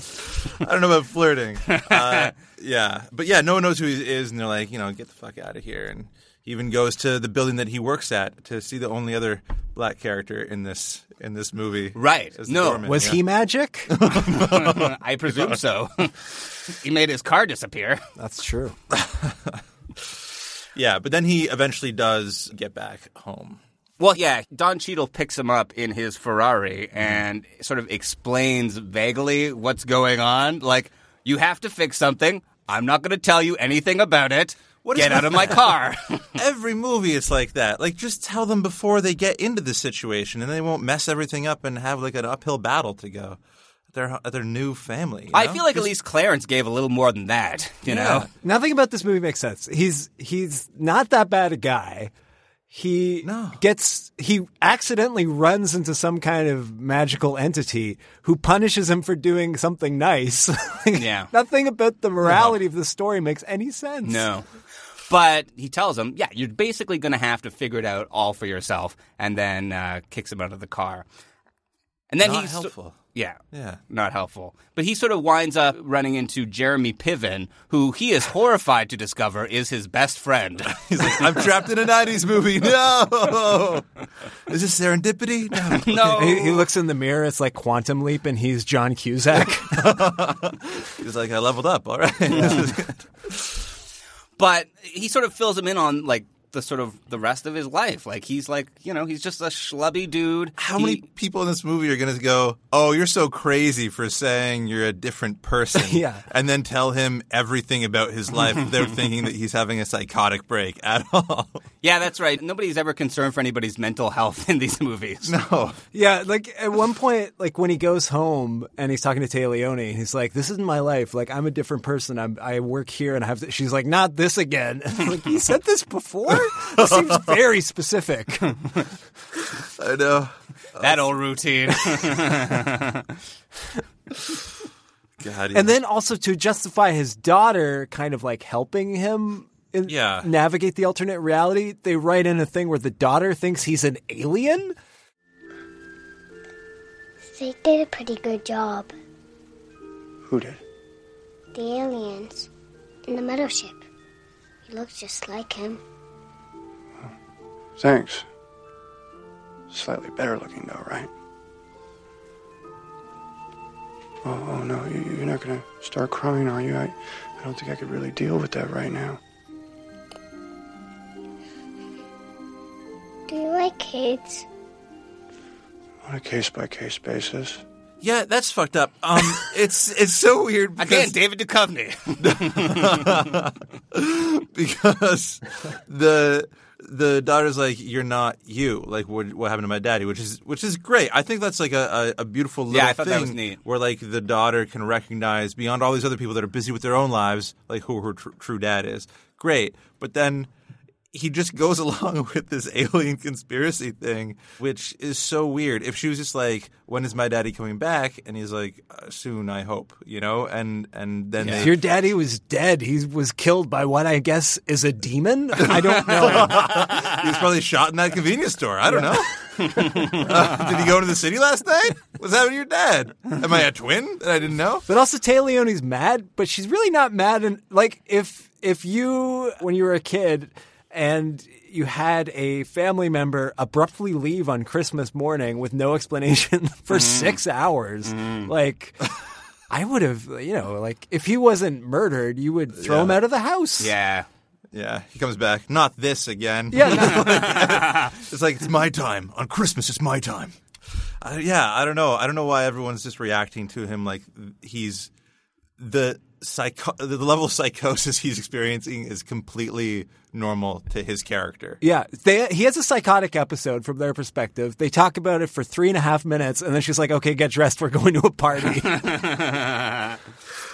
[SPEAKER 1] I don't know about flirting. Uh, yeah, but yeah, no one knows who he is, and they're like, you know, get the fuck out of here. And he even goes to the building that he works at to see the only other black character in this in this movie.
[SPEAKER 8] Right.
[SPEAKER 1] As the
[SPEAKER 8] No.
[SPEAKER 1] doorman,
[SPEAKER 9] Was
[SPEAKER 1] yeah.
[SPEAKER 9] he magic?
[SPEAKER 8] I presume so. he made his car disappear.
[SPEAKER 9] That's true.
[SPEAKER 1] Yeah, but then he eventually does get back home.
[SPEAKER 8] Well, yeah, Don Cheadle picks him up in his Ferrari
[SPEAKER 1] Mm-hmm.
[SPEAKER 8] and sort of explains vaguely what's going on. Like, you have to fix something. I'm not going to tell you anything about it.
[SPEAKER 1] What is
[SPEAKER 8] Get out of my car.
[SPEAKER 1] Every movie it's like that. Like just tell them before they get into the situation and they won't mess everything up and have like an uphill battle to go. at Their at their new family. you
[SPEAKER 8] I
[SPEAKER 1] know?
[SPEAKER 8] feel like at least Clarence gave a little more than that, you know?
[SPEAKER 9] Nothing about this movie makes sense. He's he's not that bad a guy. He
[SPEAKER 1] No.
[SPEAKER 9] gets he accidentally runs into some kind of magical entity who punishes him for doing something nice. Like,
[SPEAKER 8] Yeah.
[SPEAKER 9] Nothing about the morality of the story makes any sense.
[SPEAKER 8] No. But he tells him, yeah, you're basically going to have to figure it out all for yourself, and then uh, kicks him out of the car. And then
[SPEAKER 1] Not
[SPEAKER 8] he's
[SPEAKER 1] helpful.
[SPEAKER 8] yeah,
[SPEAKER 1] Yeah.
[SPEAKER 8] not helpful. But he sort of winds up running into Jeremy Piven, who he is horrified to discover is his best friend.
[SPEAKER 1] He's like, I'm trapped in a '90s movie. No, is this serendipity? No.
[SPEAKER 8] no,
[SPEAKER 9] He, he looks in the mirror, it's like quantum leap, and he's John Cusack.
[SPEAKER 1] He's like, I leveled up. All right.
[SPEAKER 8] but he sort of fills him in on like the sort of the rest of his life. Like he's like you know he's just a schlubby dude.
[SPEAKER 1] How
[SPEAKER 8] He-
[SPEAKER 1] many people in this movie are going to go, "Oh, you're so crazy for saying you're a different person,"
[SPEAKER 9] Yeah.
[SPEAKER 1] and then tell him everything about his life without thinking that he's having a psychotic break at all?
[SPEAKER 8] Yeah, that's right. Nobody's ever concerned for anybody's mental health in these movies.
[SPEAKER 1] No.
[SPEAKER 9] Yeah, like at one point, like when he goes home and he's talking to Taya Leone, and he's like, "This isn't my life. Like I'm a different person. I'm, I work here, and I have." To, she's like, "Not this again." like you said this before. This seems very specific.
[SPEAKER 1] I know.
[SPEAKER 8] That old routine.
[SPEAKER 1] God, yeah.
[SPEAKER 9] And then also to justify his daughter, kind of like helping him. In,
[SPEAKER 1] Yeah.
[SPEAKER 9] navigate the alternate reality. They write in a thing where the daughter thinks he's an alien.
[SPEAKER 12] They did a pretty good job.
[SPEAKER 3] Who did?
[SPEAKER 12] The aliens in the metal ship. He looks just like him.
[SPEAKER 3] Thanks. Slightly better looking, though, right? Oh, oh no, you, you're not gonna start crying, are you? I, I don't think I could really deal with that right now.
[SPEAKER 6] Do you like kids?
[SPEAKER 3] On a case by case basis.
[SPEAKER 9] Yeah, that's fucked up. Um, it's it's so weird.
[SPEAKER 8] Again,
[SPEAKER 9] Because,
[SPEAKER 8] David Duchovny.
[SPEAKER 9] because the the daughter's like, "You're not you." Like what, what happened to my daddy, which is which is great. I think that's like a, a, a beautiful little
[SPEAKER 8] Yeah, I thought
[SPEAKER 9] thing
[SPEAKER 8] that was neat.
[SPEAKER 9] where like the daughter can recognize beyond all these other people that are busy with their own lives, like who her tr- true dad is. Great, but then. He just goes along with this alien conspiracy thing, which is so weird. If she was just like, "When is my daddy coming back?" and he's like, uh, "Soon, I hope," you know, and and then they
[SPEAKER 10] Your daddy was dead. He was killed by what I guess is a demon. I don't know.
[SPEAKER 9] he was probably shot in that convenience store. I don't know. Uh, did he go to the city last night? What's happened to your dad? Am I a twin that I didn't know?
[SPEAKER 10] but also, Leone's mad, but she's really not mad. And like, if if you when you were a kid and you had a family member abruptly leave on Christmas morning with no explanation for six hours, like. I would have, you know, like if he wasn't murdered, you would throw him
[SPEAKER 9] Yeah.
[SPEAKER 10] out of the house.
[SPEAKER 8] yeah.
[SPEAKER 9] Yeah, he comes back. Not this again.
[SPEAKER 10] Yeah, no,
[SPEAKER 9] it's like it's my time on Christmas. It's my time. I yeah, I don't know. I don't know why everyone's just reacting to him like he's the psycho- the level of psychosis he's experiencing is completely normal to his character.
[SPEAKER 10] Yeah, they, he has a psychotic episode from their perspective. They talk about it for three and a half minutes, and then she's like, "Okay, get dressed. We're going to a party."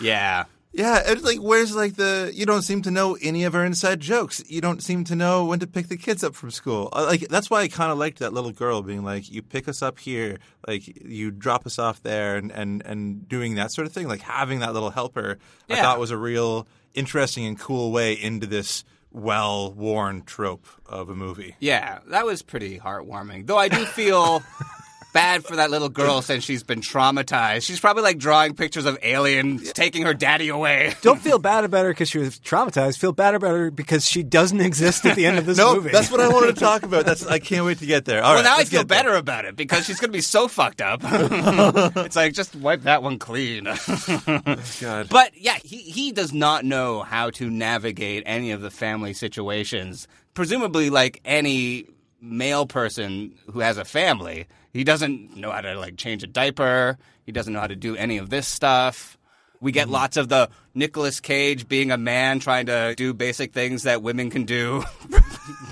[SPEAKER 8] Yeah.
[SPEAKER 9] Yeah, it's like where's like the you don't seem to know any of her inside jokes. You don't seem to know when to pick the kids up from school. Uh, Like that's why I kind of liked that little girl being like, "You pick us up here, like you drop us off there," and and and doing that sort of thing. Like having that little helper, I
[SPEAKER 8] Yeah.
[SPEAKER 9] thought was a real interesting and cool way into this well-worn trope of a movie.
[SPEAKER 8] Yeah, that was pretty heartwarming. Though I do feel bad for that little girl since she's been traumatized. She's probably like drawing pictures of aliens taking her daddy away.
[SPEAKER 10] Don't feel bad about her because she was traumatized. Feel bad about her because she doesn't exist at the end of this
[SPEAKER 9] No,
[SPEAKER 10] movie.
[SPEAKER 9] that's what I wanted to talk about. That's I can't wait to get there. All
[SPEAKER 8] well,
[SPEAKER 9] right,
[SPEAKER 8] now I
[SPEAKER 9] let's
[SPEAKER 8] feel
[SPEAKER 9] get there.
[SPEAKER 8] better about it because she's going to be so fucked up. it's like just wipe that one clean.
[SPEAKER 9] God.
[SPEAKER 8] But yeah, he he does not know how to navigate any of the family situations. Presumably, like any male person who has a family, he doesn't know how to like change a diaper. He doesn't know how to do any of this stuff. We get lots of the Nicolas Cage being a man trying to do basic things that women can do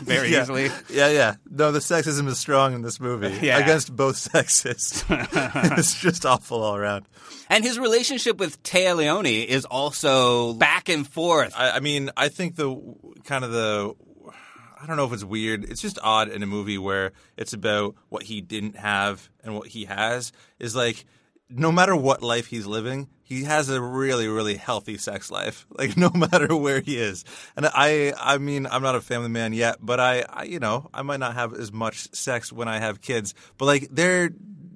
[SPEAKER 8] very
[SPEAKER 9] yeah.
[SPEAKER 8] easily.
[SPEAKER 9] Yeah, yeah. No, the sexism is strong in this movie
[SPEAKER 8] Yeah.
[SPEAKER 9] against both sexes. it's just awful all around.
[SPEAKER 8] And his relationship with Taya Leone is also back and forth.
[SPEAKER 9] I, I mean, I think the kind of the I don't know if it's weird. It's just odd in a movie where it's about what he didn't have and what he has is like no matter what life he's living, he has a really really healthy sex life. Like no matter where he is. And I I mean, I'm not a family man yet, but I, I you know, I might not have as much sex when I have kids, but like they're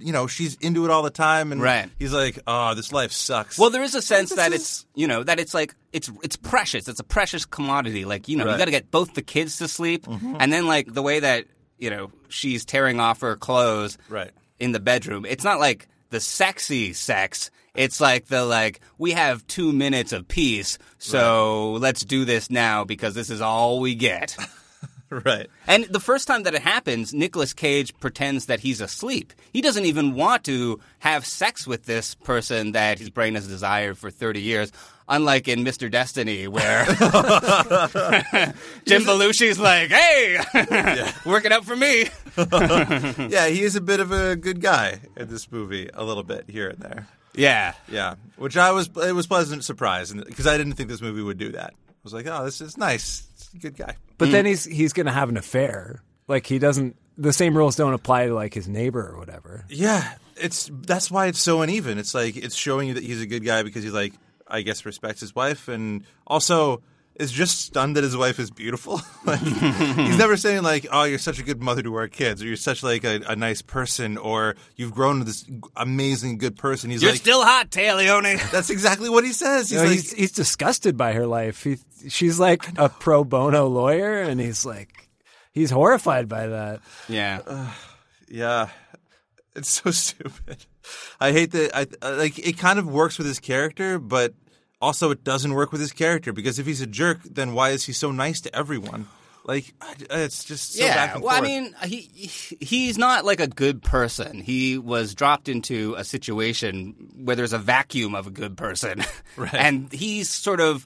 [SPEAKER 9] you know, she's into it all the time and
[SPEAKER 8] Right.
[SPEAKER 9] he's like, "Oh, this life sucks."
[SPEAKER 8] Well, there is a sense that
[SPEAKER 9] is-
[SPEAKER 8] it's you know that it's like it's it's precious. It's a precious commodity. Like you know,
[SPEAKER 9] Right. Mm-hmm.
[SPEAKER 8] you got to get both the kids to sleep, and then like the way that you know she's tearing off her clothes
[SPEAKER 9] Right.
[SPEAKER 8] in the bedroom. It's not like the sexy sex. It's like the like we have two minutes of peace, so let's do this now because this is all we get.
[SPEAKER 9] right.
[SPEAKER 8] And the first time that it happens, Nicolas Cage pretends that he's asleep. He doesn't even want to have sex with this person that his brain has desired for 30 years, unlike in Mr. Destiny, where Jim Belushi's like, hey, work it out for me.
[SPEAKER 9] yeah, he is a bit of a good guy in this movie, a little bit here and there.
[SPEAKER 8] Yeah.
[SPEAKER 9] Yeah, which I was it was pleasant surprise because I didn't think this movie would do that. I was like, oh, this is nice. It's a good guy.
[SPEAKER 10] but then he's he's going to have an affair. Like he doesn't. The same rules don't apply to like his neighbor or whatever.
[SPEAKER 9] Yeah, it's that's why it's so uneven. It's like it's showing you that he's a good guy because he like I guess respects his wife and also is just stunned that his wife is beautiful. like, he's never saying like, "Oh, you're such a good mother to our kids," or "You're such like a, a nice person," or "You've grown to this amazing good person." He's
[SPEAKER 8] You're
[SPEAKER 9] like,
[SPEAKER 8] still hot, Leone.
[SPEAKER 9] "That's exactly what he says." He's
[SPEAKER 10] No,
[SPEAKER 9] like,
[SPEAKER 10] he's, he's disgusted by her life. He, she's like a pro bono lawyer, and he's like, he's horrified by that.
[SPEAKER 8] Yeah.
[SPEAKER 9] Yeah. It's so stupid. I hate that. I I- like it. Kind of works with his character, but also it doesn't work with his character because if he's a jerk, then why is he so nice to everyone? Like I, it's just so back
[SPEAKER 8] yeah,
[SPEAKER 9] and
[SPEAKER 8] well, I
[SPEAKER 9] forth.
[SPEAKER 8] mean, he he's not like a good person. He was dropped into a situation where there's a vacuum of a good person,
[SPEAKER 9] Right.
[SPEAKER 8] and he's sort of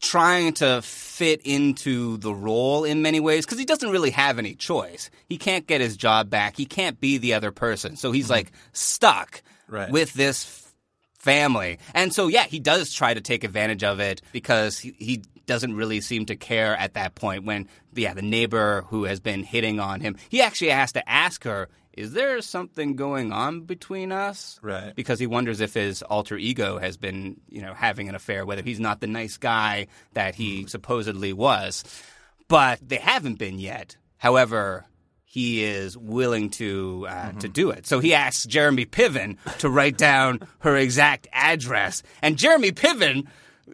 [SPEAKER 8] trying to fit into the role in many ways because he doesn't really have any choice. He can't get his job back. He can't be the other person, so he's like stuck
[SPEAKER 9] Hmm. Right.
[SPEAKER 8] with this f- family. And so, yeah, he does try to take advantage of it because he, he doesn't really seem to care at that point when, yeah, the neighbor who has been hitting on him, he actually has to ask her, is there something going on between us?
[SPEAKER 9] Right.
[SPEAKER 8] Because he wonders if his alter ego has been, you know, having an affair, whether he's not the nice guy that he supposedly was. But they haven't been yet. However, he is willing to uh, to do it. So he asks Jeremy Piven to write down her exact address, and Jeremy Piven.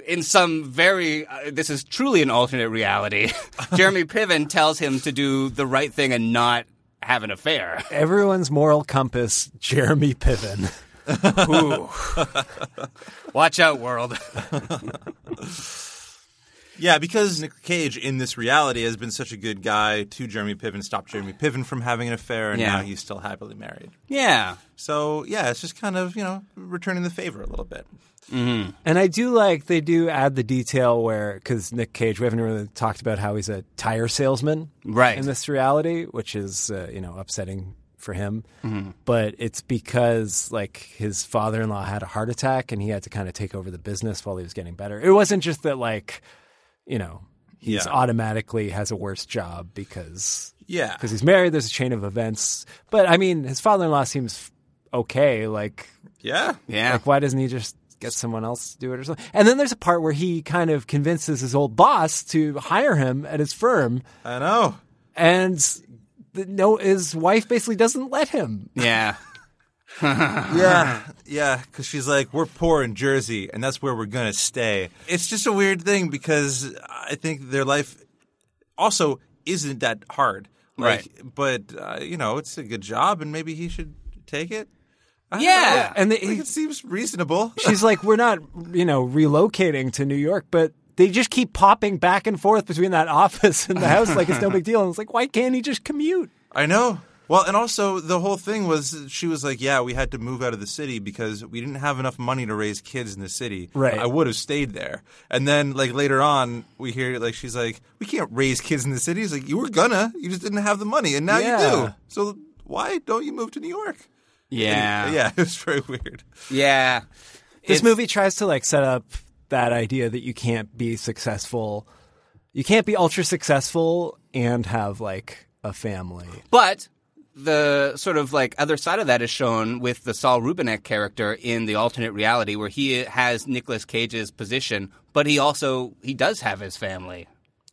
[SPEAKER 8] In some very, uh, this is truly an alternate reality. Jeremy Piven tells him to do the right thing and not have an affair.
[SPEAKER 10] Everyone's moral compass, Jeremy Piven.
[SPEAKER 8] Ooh. Watch out, world.
[SPEAKER 9] Yeah, because Nick Cage in this reality has been such a good guy to Jeremy Piven, stopped Jeremy Piven from having an affair, and
[SPEAKER 8] Yeah.
[SPEAKER 9] now he's still happily married.
[SPEAKER 8] Yeah.
[SPEAKER 9] So yeah, it's just kind of you know returning the favor a little bit.
[SPEAKER 10] And I do like they do add the detail where because Nick Cage, we haven't really talked about how he's a tire salesman,
[SPEAKER 8] Right.
[SPEAKER 10] In this reality, which is uh, you know upsetting for him, but it's because like his father-in-law had a heart attack and he had to kind of take over the business while he was getting better. It wasn't just that like you know he's
[SPEAKER 9] Yeah.
[SPEAKER 10] automatically has a worse job because
[SPEAKER 9] Yeah,
[SPEAKER 10] because he's married. There's a chain of events, but I mean his father-in-law seems okay. Like
[SPEAKER 9] yeah,
[SPEAKER 8] Yeah.
[SPEAKER 10] like, why doesn't he just get someone else to do it or something? And then there's a part where he kind of convinces his old boss to hire him at his firm,
[SPEAKER 9] I know.
[SPEAKER 10] and the, no, his wife basically doesn't let him.
[SPEAKER 8] Yeah.
[SPEAKER 9] Yeah, yeah, because she's like, we're poor in Jersey, and that's where we're gonna stay. It's just a weird thing because I think their life also isn't that hard, like, But uh, you know, it's a good job, and maybe he should take it. I don't
[SPEAKER 8] Yeah.
[SPEAKER 9] know.
[SPEAKER 10] And they-
[SPEAKER 9] Like, it seems reasonable.
[SPEAKER 10] She's like, we're not, you know, relocating to New York, but. They just keep popping back and forth between that office and the house like it's no big deal. And it's like, why can't he just commute?
[SPEAKER 9] I know. Well, and also the whole thing was she was like, "Yeah, we had to move out of the city because we didn't have enough money to raise kids in the city.
[SPEAKER 10] Right.
[SPEAKER 9] I would have stayed there." And then like later on, we hear like she's like, "We can't raise kids in the city." It's like you were gonna, you just didn't have the money, and now you
[SPEAKER 10] Yeah.
[SPEAKER 9] do. So why don't you move to New York?
[SPEAKER 8] Yeah.
[SPEAKER 9] yeah, it was very weird.
[SPEAKER 8] Yeah.
[SPEAKER 10] This
[SPEAKER 8] It's-
[SPEAKER 10] movie tries to like set up that idea that you can't be successful. You can't be ultra successful and have like a family.
[SPEAKER 8] But the sort of like other side of that is shown with the Saul Rubinek character in the alternate reality where he has Nicolas Cage's position, but he also he does have his family.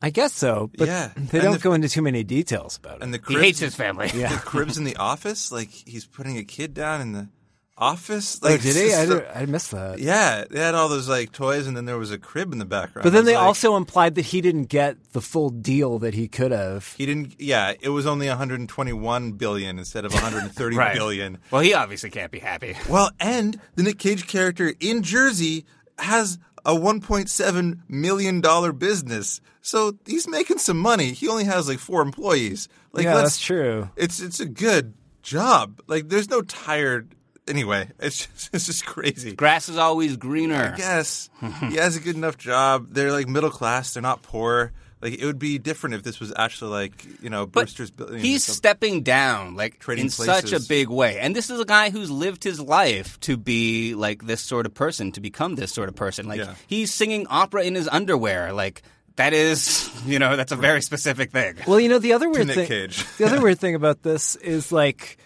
[SPEAKER 10] I guess so, but
[SPEAKER 9] Yeah.
[SPEAKER 10] they
[SPEAKER 9] And
[SPEAKER 10] don't
[SPEAKER 9] the-
[SPEAKER 10] go into too many details about it.
[SPEAKER 9] And the
[SPEAKER 8] He
[SPEAKER 9] cribs,
[SPEAKER 8] hates his family.
[SPEAKER 9] the cribs in the office. Like he's putting a kid down in the office. Like
[SPEAKER 10] oh, did he?
[SPEAKER 9] it's
[SPEAKER 10] I,
[SPEAKER 9] just
[SPEAKER 10] did,
[SPEAKER 9] so-
[SPEAKER 10] I missed that.
[SPEAKER 9] Yeah, they had all those like toys, and then there was a crib in the background.
[SPEAKER 10] But
[SPEAKER 9] I
[SPEAKER 10] then
[SPEAKER 9] was
[SPEAKER 10] they
[SPEAKER 9] like-
[SPEAKER 10] also implied that he didn't get the full deal that he could have.
[SPEAKER 9] He didn't. Yeah, it was only 121 billion instead of 130
[SPEAKER 8] Right.
[SPEAKER 9] billion.
[SPEAKER 8] Well, he obviously can't be happy.
[SPEAKER 9] Well, and the Nick Cage character in Jersey has a 1.7 million dollar business, so he's making some money. He only has like four employees. Like,
[SPEAKER 10] yeah,
[SPEAKER 9] let's-
[SPEAKER 10] that's true.
[SPEAKER 9] It's it's a good job. Like, there's no tired. Anyway, it's just, it's just crazy.
[SPEAKER 8] Grass is always greener.
[SPEAKER 9] I guess he has a good enough job. They're like middle class. They're not poor. Like it would be different if this was actually like you know
[SPEAKER 8] But
[SPEAKER 9] Brewster's. Billions or
[SPEAKER 8] he's
[SPEAKER 9] something.
[SPEAKER 8] stepping down like
[SPEAKER 9] Trading
[SPEAKER 8] in such a
[SPEAKER 9] places.
[SPEAKER 8] big way. And this is a guy who's lived his life to be like this sort of person, to become this sort of person. Like
[SPEAKER 9] Yeah.
[SPEAKER 8] he's singing opera in his underwear. Like that is, you know, that's a very specific thing.
[SPEAKER 10] Well, you know the other weird
[SPEAKER 9] Nick
[SPEAKER 10] thing.
[SPEAKER 9] Cage.
[SPEAKER 10] the other weird thing about this is like,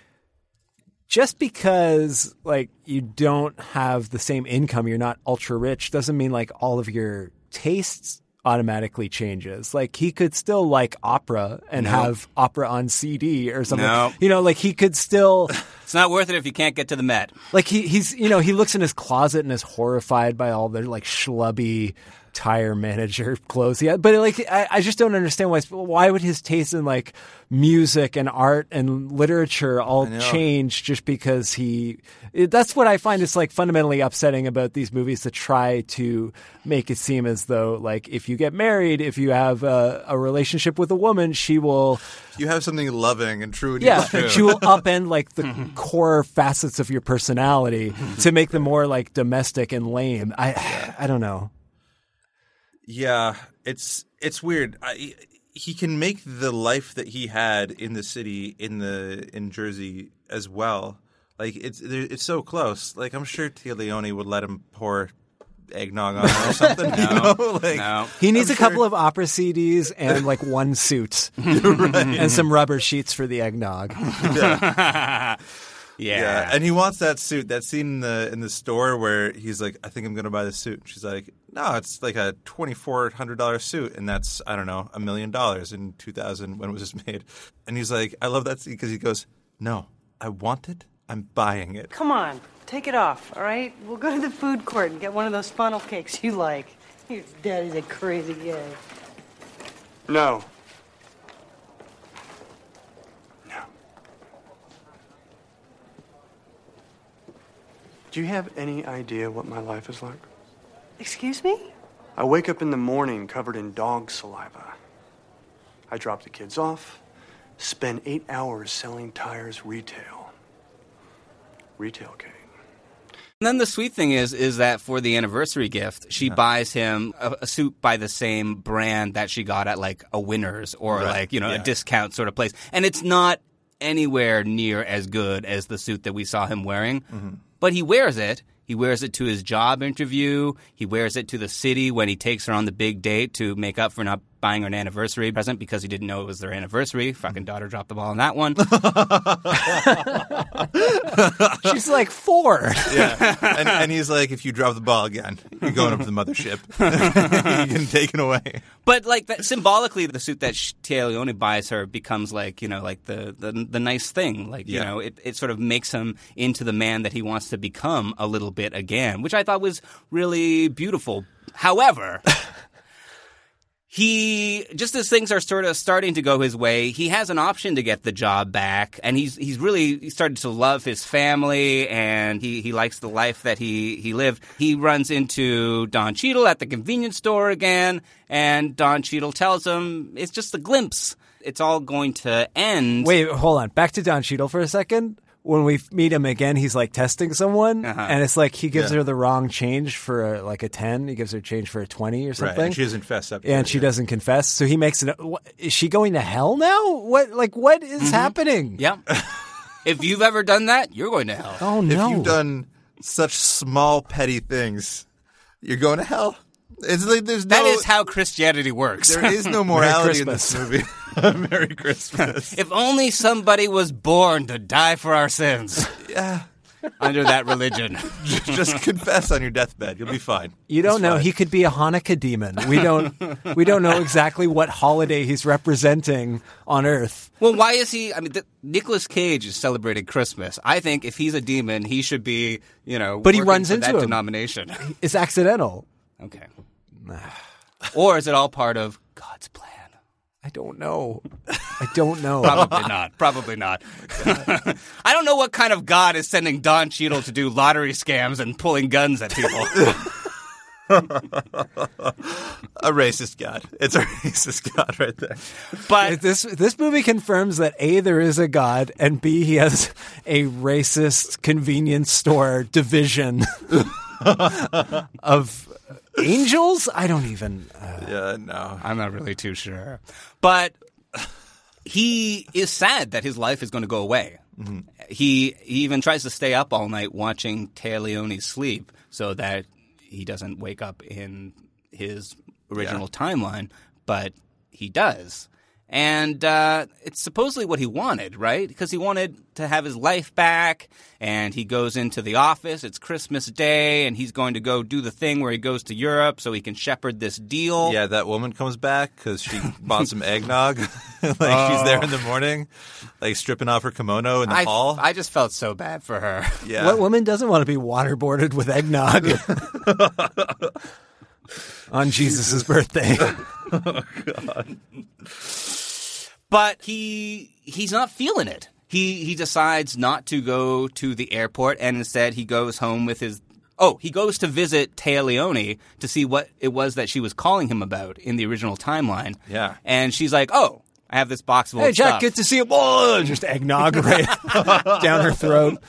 [SPEAKER 10] just because like you don't have the same income, you're not ultra rich, doesn't mean like all of your tastes automatically changes. Like he could still like opera and have opera on CD or something.
[SPEAKER 8] No.
[SPEAKER 10] You know, like he could still
[SPEAKER 8] It's not worth it if you can't get to the Met.
[SPEAKER 10] like he he's you know he looks in his closet and is horrified by all the like schlubby tire manager clothes he had. But like, I, I just don't understand why. Why would his taste in like music and art and literature all change just because he? It, that's what I find is like fundamentally upsetting about these movies that try to make it seem as though like if you get married, if you have a, a relationship with a woman, she will
[SPEAKER 9] You have something loving and true. In
[SPEAKER 10] yeah,
[SPEAKER 9] your life.
[SPEAKER 10] she will upend like the core facets of your personality to make them more like domestic and lame. I I don't know.
[SPEAKER 9] Yeah, it's it's weird. I, he can make the life that he had in the city in the in Jersey as well. Like it's there- it's so close. Like I'm sure Tia Leone would let him pour eggnog on her or something. you know? like,
[SPEAKER 8] No.
[SPEAKER 10] He needs
[SPEAKER 9] I'm
[SPEAKER 10] a couple
[SPEAKER 9] sure-
[SPEAKER 10] of opera CDs and like one suit and some rubber sheets for the eggnog.
[SPEAKER 8] yeah.
[SPEAKER 9] Yeah, and he wants that suit. That scene in the in the store where he's like, "I think I'm going to buy the suit." And she's like, "No, it's like a twenty four hundred dollar suit, and that's I don't know a million dollars in two thousand when it was just made." And he's like, "I love that scene because he goes, "No, I want it. I'm buying it."
[SPEAKER 13] Come on, take it off, all right? We'll go to the food court and get one of those funnel cakes you like. Your daddy's a crazy guy.
[SPEAKER 3] No. No. Do you have any idea what my life is like?
[SPEAKER 13] Excuse me?
[SPEAKER 3] I wake up in the morning covered in dog saliva. I drop the kids off, spend eight hours selling tires retail. Retail, Kate.
[SPEAKER 8] And then the sweet thing is, is that for the anniversary gift, she buys him a, a suit by the same brand that she got at like a Winners or
[SPEAKER 9] Right,
[SPEAKER 8] like you know
[SPEAKER 9] yeah.
[SPEAKER 8] a discount sort of place, and it's not anywhere near as good as the suit that we saw him wearing.
[SPEAKER 9] Mm-hmm.
[SPEAKER 8] But he wears it. He wears it to his job interview. He wears it to the city when he takes her on the big date to make up for not buying her an anniversary present because he didn't know it was their anniversary.
[SPEAKER 9] Mm-hmm.
[SPEAKER 8] Fucking daughter dropped the ball on that one.
[SPEAKER 10] She's like four.
[SPEAKER 9] Yeah, and, and he's like, "If you drop the ball again, you're going up to the mothership. you're getting taken away."
[SPEAKER 8] But like that, symbolically, the suit that Sh- Tia Leone buys her becomes like you know like the the, the nice thing. Like you
[SPEAKER 9] Yeah.
[SPEAKER 8] know it, it sort of makes him into the man that he wants to become a little bit again, which I thought was really beautiful. However. He just as things are sort of starting to go his way, he has an option to get the job back, and he's he's really he started to love his family, and he, he likes the life that he he lived. He runs into Don Cheadle at the convenience store again, and Don Cheadle tells him it's just a glimpse. It's all going to end.
[SPEAKER 10] Wait, hold on. Back to Don Cheadle for a second. When we f- meet him again, he's like testing someone, and it's like he gives
[SPEAKER 9] Uh-huh. Yeah.
[SPEAKER 10] her the wrong change for a, like a ten. He gives her change for a twenty or something.
[SPEAKER 9] and she doesn't fess up to
[SPEAKER 10] and
[SPEAKER 9] it,
[SPEAKER 10] she
[SPEAKER 9] yeah.
[SPEAKER 10] doesn't confess. So he makes it. wha- Is she going to hell now? What like what is
[SPEAKER 9] Mm-hmm.
[SPEAKER 10] happening?
[SPEAKER 8] Yeah. if you've ever done that, you're going to hell.
[SPEAKER 10] Oh no!
[SPEAKER 9] If you've done such small petty things, you're going to hell. It's like there's no
[SPEAKER 8] That is how Christianity works.
[SPEAKER 9] There is no morality in this movie.
[SPEAKER 10] Christmas.
[SPEAKER 9] Merry Christmas.
[SPEAKER 8] If only somebody was born to die for our sins
[SPEAKER 9] yeah.
[SPEAKER 8] under that religion.
[SPEAKER 9] Just confess on your deathbed. You'll be fine.
[SPEAKER 10] You don't
[SPEAKER 9] It's
[SPEAKER 10] know.
[SPEAKER 9] fine.
[SPEAKER 10] He could be a Hanukkah demon. We don't. we don't know exactly what holiday he's representing on Earth.
[SPEAKER 8] Well, why is he? I mean, th- Nicolas Cage is celebrating Christmas. I think if he's a demon, he should be, you know,
[SPEAKER 10] But he
[SPEAKER 8] working
[SPEAKER 10] runs
[SPEAKER 8] for
[SPEAKER 10] into
[SPEAKER 8] that
[SPEAKER 10] him.
[SPEAKER 8] denomination.
[SPEAKER 10] It's accidental.
[SPEAKER 8] okay. or is it all part of God's plan?
[SPEAKER 10] I don't know. I don't know.
[SPEAKER 9] Oh,
[SPEAKER 8] Probably not. Probably not. I don't know what kind of God is sending Don Cheadle to do lottery scams and pulling guns at people.
[SPEAKER 9] a racist god. It's a racist god right there.
[SPEAKER 8] But
[SPEAKER 10] this this movie confirms that a there is a god and b he has a racist convenience store division of angels. I don't even.
[SPEAKER 9] Yeah, no.
[SPEAKER 8] I'm not really too sure. But he is sad that his life is going to go away. He, he even tries to stay up all night watching Teo Leone sleep so that he doesn't wake up in his original timeline, but he does. And uh, it's supposedly what he wanted, right? Because he wanted to have his life back, and he goes into the office. It's Christmas Day, and he's going to go do the thing where he goes to Europe so he can shepherd this deal.
[SPEAKER 9] Yeah, that woman comes back because she bought some eggnog. like she's there in the morning, like stripping off her kimono in the
[SPEAKER 8] Oh. I,
[SPEAKER 9] hall.
[SPEAKER 8] I just felt so bad for her.
[SPEAKER 9] yeah.
[SPEAKER 10] What woman doesn't want to be waterboarded with eggnog?
[SPEAKER 9] on Jesus' birthday.
[SPEAKER 8] oh god. But he he's not feeling it. He he decides not to go to the airport and instead he goes home with his Oh, he goes to visit Taya Leone to see what it was that she was calling him about in the original timeline.
[SPEAKER 1] Yeah.
[SPEAKER 8] And she's like, "Oh, I have this box of
[SPEAKER 9] Hey,
[SPEAKER 8] old
[SPEAKER 9] Jack,
[SPEAKER 8] stuff."
[SPEAKER 9] good to see you. Whoa, just eggnog right down her throat.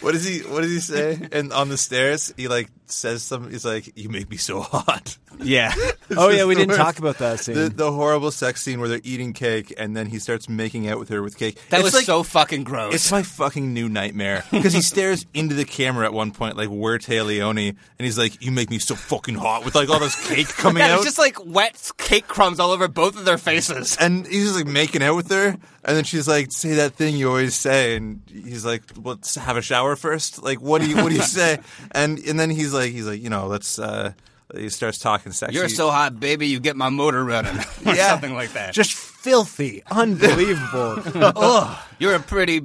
[SPEAKER 1] What does he? What does he say? And on the stairs, he like says something. He's like, "You make me so hot."
[SPEAKER 8] Yeah.
[SPEAKER 1] This
[SPEAKER 9] Oh,
[SPEAKER 1] is
[SPEAKER 9] yeah, we
[SPEAKER 1] the
[SPEAKER 9] didn't
[SPEAKER 1] worst.
[SPEAKER 9] talk about that scene.
[SPEAKER 10] Hmm.
[SPEAKER 1] The, the horrible sex scene where they're eating cake and then he starts making out with her with cake.
[SPEAKER 8] That
[SPEAKER 1] It's
[SPEAKER 8] was
[SPEAKER 1] like-
[SPEAKER 8] so fucking gross.
[SPEAKER 1] It's my fucking new nightmare because he stares into the camera at one point, like we're Leone, and he's like, "You make me so fucking hot" with like all this cake coming
[SPEAKER 8] yeah,
[SPEAKER 1] out.
[SPEAKER 8] It's just like wet cake crumbs all over both of their faces.
[SPEAKER 1] and he's just like making out with her, and then she's like, "Say that thing you always say," and he's like, "Let's have a shower first. Like, what do you what do you say? And and then he's like, he's like, you know, let's. uh He starts talking sexy.
[SPEAKER 8] You're so hot, baby, you get my motor running. or something like that.
[SPEAKER 9] Just filthy, unbelievable. Ugh.
[SPEAKER 8] You're a pretty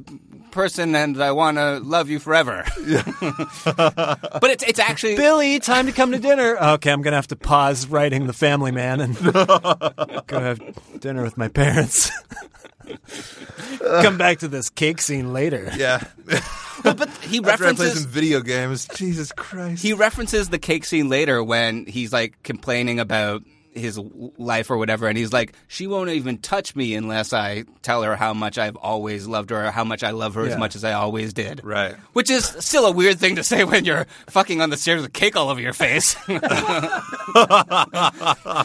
[SPEAKER 8] person and I want to love you forever. but it's, it's actually.
[SPEAKER 9] Billy, time to come to dinner. Okay, I'm gonna have to pause writing The Family Man and go have dinner with my parents. come back to this cake scene later.
[SPEAKER 1] Yeah.
[SPEAKER 8] but
[SPEAKER 1] After
[SPEAKER 8] he
[SPEAKER 1] I play
[SPEAKER 8] references.
[SPEAKER 1] some video games, Jesus Christ.
[SPEAKER 8] He references the cake scene later when he's like complaining about his l- life or whatever, and he's like, "She won't even touch me unless I tell her how much I've always loved her, or how much I love her
[SPEAKER 1] Yeah.
[SPEAKER 8] as much as I always did."
[SPEAKER 1] Right.
[SPEAKER 8] Which is still a weird thing to say when you're fucking on the stairs with cake all over your face. Baby,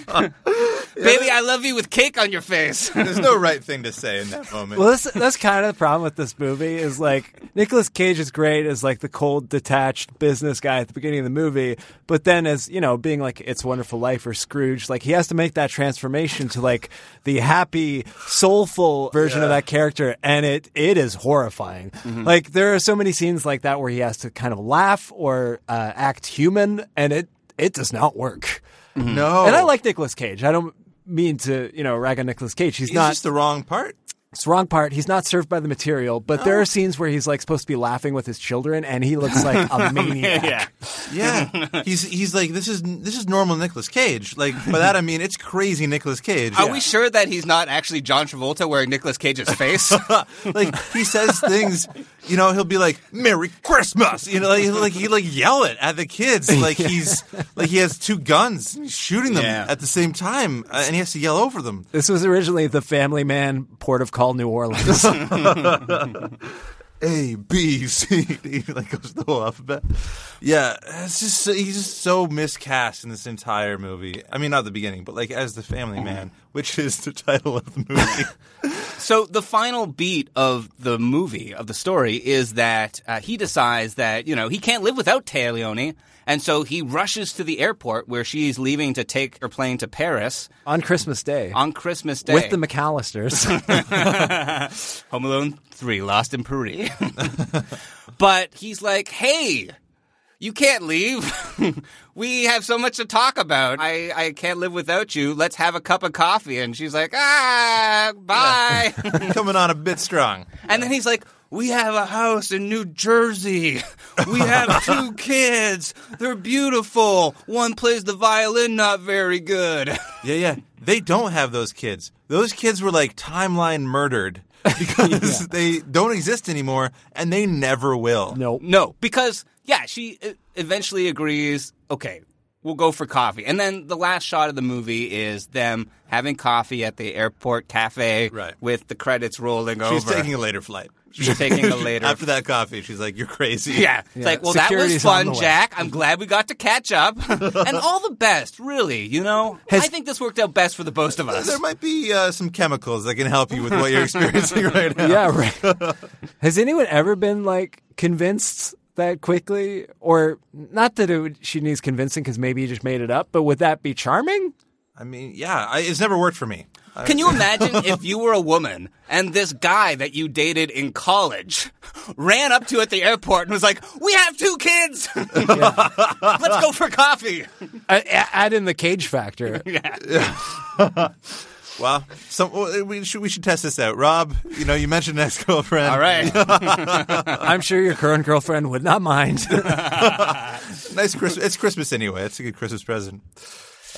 [SPEAKER 8] I love you with cake on your face.
[SPEAKER 1] There's no right thing to say in that moment.
[SPEAKER 9] Well, that's, that's kind of the problem with this movie is like Nicolas Cage is great as like the cold, detached business guy at the beginning of the movie, but then as you know, being like It's a Wonderful Life or Scrooge, like he has to make that transformation to like the happy, soulful version of that character, and it it is horrifying.
[SPEAKER 1] Mm-hmm.
[SPEAKER 9] Like there are so many scenes like that where he has to kind of laugh or uh, act human, and it it does not work.
[SPEAKER 1] no.
[SPEAKER 9] And I like Nicolas Cage. I don't mean to you know rag on Nicolas Cage. He's
[SPEAKER 1] He's
[SPEAKER 9] not
[SPEAKER 1] just the wrong part.
[SPEAKER 9] it's the wrong part. He's not served by the material, but
[SPEAKER 8] Oh.
[SPEAKER 9] there are scenes where he's like supposed to be laughing with his children, and he looks like a maniac.
[SPEAKER 1] Yeah, he's he's like this is this is normal Nicolas Cage. Like by that I mean it's crazy Nicolas Cage.
[SPEAKER 8] Are we sure that he's not actually John Travolta wearing Nicolas Cage's face?
[SPEAKER 1] like he says things, you know, he'll be like "Merry Christmas," you know, like, he'll, like he like yell it at the kids, like he's like he has two guns and he's shooting them
[SPEAKER 8] Yeah.
[SPEAKER 1] at the same time, uh, and he has to yell over them.
[SPEAKER 9] This was originally the Family Man Port of Call, New Orleans.
[SPEAKER 1] A B C D like goes the whole alphabet. Yeah, it's just so- he's just so miscast in this entire movie. I mean, not the beginning, but like as the Family Man, which is the title of the movie.
[SPEAKER 8] So the final beat of the movie of the story is that uh, he decides that you know he can't live without Taya Leone, and so he rushes to the airport where she's leaving to take her plane to Paris
[SPEAKER 9] On Christmas Day.
[SPEAKER 8] on Christmas Day
[SPEAKER 9] With the McAllisters.
[SPEAKER 8] Home Alone three, Lost in Paris. but he's like, hey. You can't leave. we have so much to talk about. I, I can't live without you. Let's have a cup of coffee. And she's like, ah, bye.
[SPEAKER 1] Coming on a bit strong.
[SPEAKER 8] And then he's like, "We have a house in New Jersey. We have two kids. They're beautiful. One plays the violin not very good."
[SPEAKER 1] Yeah, yeah. They don't have those kids. Those kids were like timeline murdered because they don't exist anymore and they never will.
[SPEAKER 9] nope.
[SPEAKER 8] No, because yeah, she uh, eventually agrees, "Okay, we'll go for coffee." And then the last shot of the movie is them having coffee at the airport cafe
[SPEAKER 1] Right.
[SPEAKER 8] with the credits rolling
[SPEAKER 1] She's
[SPEAKER 8] over.
[SPEAKER 1] taking a later flight.
[SPEAKER 8] She's taking a later-
[SPEAKER 1] After that coffee, she's like, "You're crazy."
[SPEAKER 8] Yeah. It's like, well,
[SPEAKER 9] Security's
[SPEAKER 8] that was
[SPEAKER 9] on the
[SPEAKER 8] fun,
[SPEAKER 9] way.
[SPEAKER 8] Jack. I'm glad we got to catch up. and all the best, really, you know? I think this worked out best for the both of us.
[SPEAKER 1] There might be uh, some chemicals that can help you with what you're experiencing right now.
[SPEAKER 9] Yeah, right. Has anyone ever been like convinced that quickly? Or not that it would, she needs convincing because maybe he just made it up, but would that be charming?
[SPEAKER 1] I mean, yeah, I, it's never worked for me.
[SPEAKER 8] Can you imagine if you were a woman and this guy that you dated in college ran up to you at the airport and was like, "We have two kids. Let's go for coffee."
[SPEAKER 9] I, I- add in the cage factor.
[SPEAKER 8] Yeah.
[SPEAKER 9] Wow. Some, well, we, should, we should test this out. Rob, you know, you mentioned ex girlfriend.
[SPEAKER 10] All right. I'm sure your current girlfriend would not mind.
[SPEAKER 9] nice Christmas. It's Christmas anyway. It's a good Christmas present.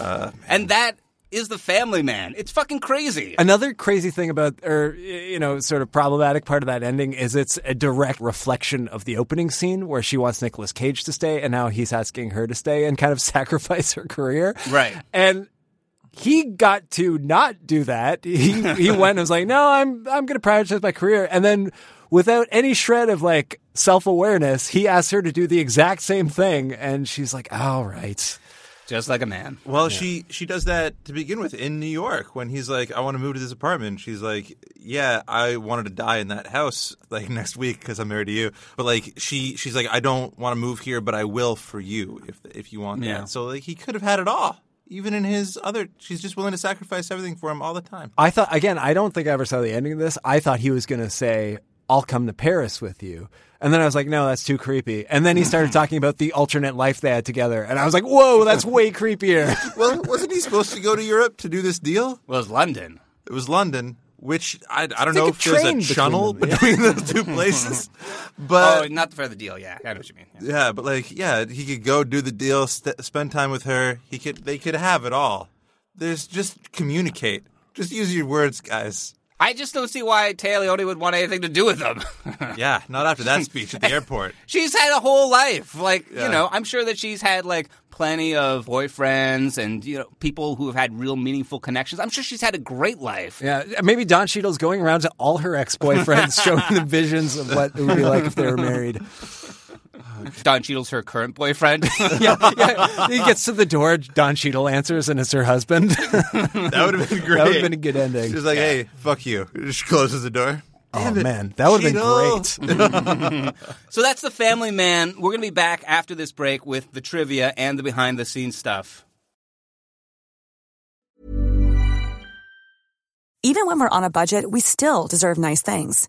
[SPEAKER 9] Uh,
[SPEAKER 8] and that is the family man. It's fucking crazy.
[SPEAKER 10] Another crazy thing about, or you know, sort of problematic part of that ending is it's a direct reflection of the opening scene where she wants Nicolas Cage to stay, and now he's asking her to stay and kind of sacrifice her career.
[SPEAKER 8] Right.
[SPEAKER 10] And he got to not do that. He he went and was like, no, I'm I'm going to prioritize my career, and then without any shred of like self awareness, he asked her to do the exact same thing, and she's like, all right.
[SPEAKER 8] Just like a man.
[SPEAKER 9] Well, she she does that to begin with in New York when he's like, "I want to move to this apartment." She's like, "Yeah, I wanted to die in that house like next week because I'm married to you." But like she she's like, "I don't want to move here, but I will for you if if you want
[SPEAKER 10] Yeah.
[SPEAKER 9] that." So like he could have had it all, even in his other. She's just willing to sacrifice everything for him all the time.
[SPEAKER 10] I thought again, I don't think I ever saw the ending of this. I thought he was going to say, "I'll come to Paris with you." And then I was like, "No, that's too creepy." And then he started talking about the alternate life they had together, and I was like, "Whoa, that's way creepier."
[SPEAKER 9] well, wasn't he supposed to go to Europe to do this deal?
[SPEAKER 8] Well, it was London.
[SPEAKER 9] It was London, which I, I don't
[SPEAKER 10] It's like
[SPEAKER 9] know
[SPEAKER 10] a
[SPEAKER 9] if there's
[SPEAKER 10] train
[SPEAKER 9] a
[SPEAKER 10] between
[SPEAKER 9] channel
[SPEAKER 10] them, yeah.
[SPEAKER 9] between, those two places. But
[SPEAKER 8] oh, not for the deal. Yeah, I know what you mean.
[SPEAKER 9] yeah, but like yeah, he could go do the deal, st- spend time with her. He could they could have it all. There's just communicate. Just use your words, guys.
[SPEAKER 8] I just don't see why Taleone would want anything to do with him.
[SPEAKER 9] Yeah, not after that speech at the airport.
[SPEAKER 8] she's had a whole life. Like,
[SPEAKER 9] Yeah.
[SPEAKER 8] you know, I'm sure that she's had like plenty of boyfriends and, you know, people who have had real meaningful connections. I'm sure she's had a great life.
[SPEAKER 10] yeah, maybe Don Cheadle's going around to all her ex-boyfriends, showing the visions of what it would be like if they were married.
[SPEAKER 8] Don Cheadle's her current boyfriend.
[SPEAKER 10] Yeah, yeah. He gets to the door, Don Cheadle answers, and it's her husband.
[SPEAKER 9] That would have been great.
[SPEAKER 10] that would have been a good ending.
[SPEAKER 9] She's like, hey, fuck you. She closes the door.
[SPEAKER 10] oh
[SPEAKER 9] Damn it,
[SPEAKER 10] man, that would have been
[SPEAKER 9] Cheadle.
[SPEAKER 10] great.
[SPEAKER 8] so that's the family man. We're going to be back after this break with the trivia and the behind the scenes stuff.
[SPEAKER 14] Even when we're on a budget, we still deserve nice things.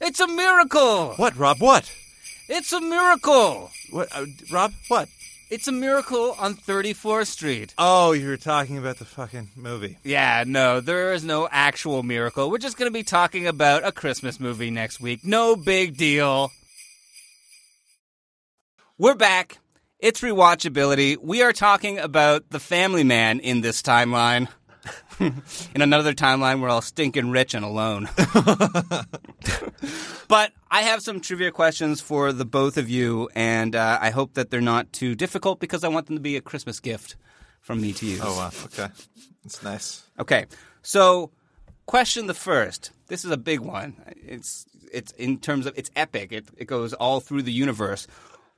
[SPEAKER 8] It's a miracle.
[SPEAKER 9] What, Rob? What?
[SPEAKER 8] It's a miracle.
[SPEAKER 9] What, uh, Rob? What?
[SPEAKER 8] It's a miracle on 34th Street.
[SPEAKER 9] Oh, you were talking about the fucking movie.
[SPEAKER 8] Yeah, no, there is no actual miracle. We're just going to be talking about a Christmas movie next week. No big deal. We're back. It's rewatchability. We are talking about The Family Man in this timeline. in another timeline, we're all stinking rich and alone. but I have some trivia questions for the both of you, and uh, I hope that they're not too difficult because I want them to be a Christmas gift from me to you.
[SPEAKER 9] Oh, wow. Okay. That's nice.
[SPEAKER 8] Okay. So, question the first. This is a big one. It's it's in terms of it's epic. It it goes all through the universe.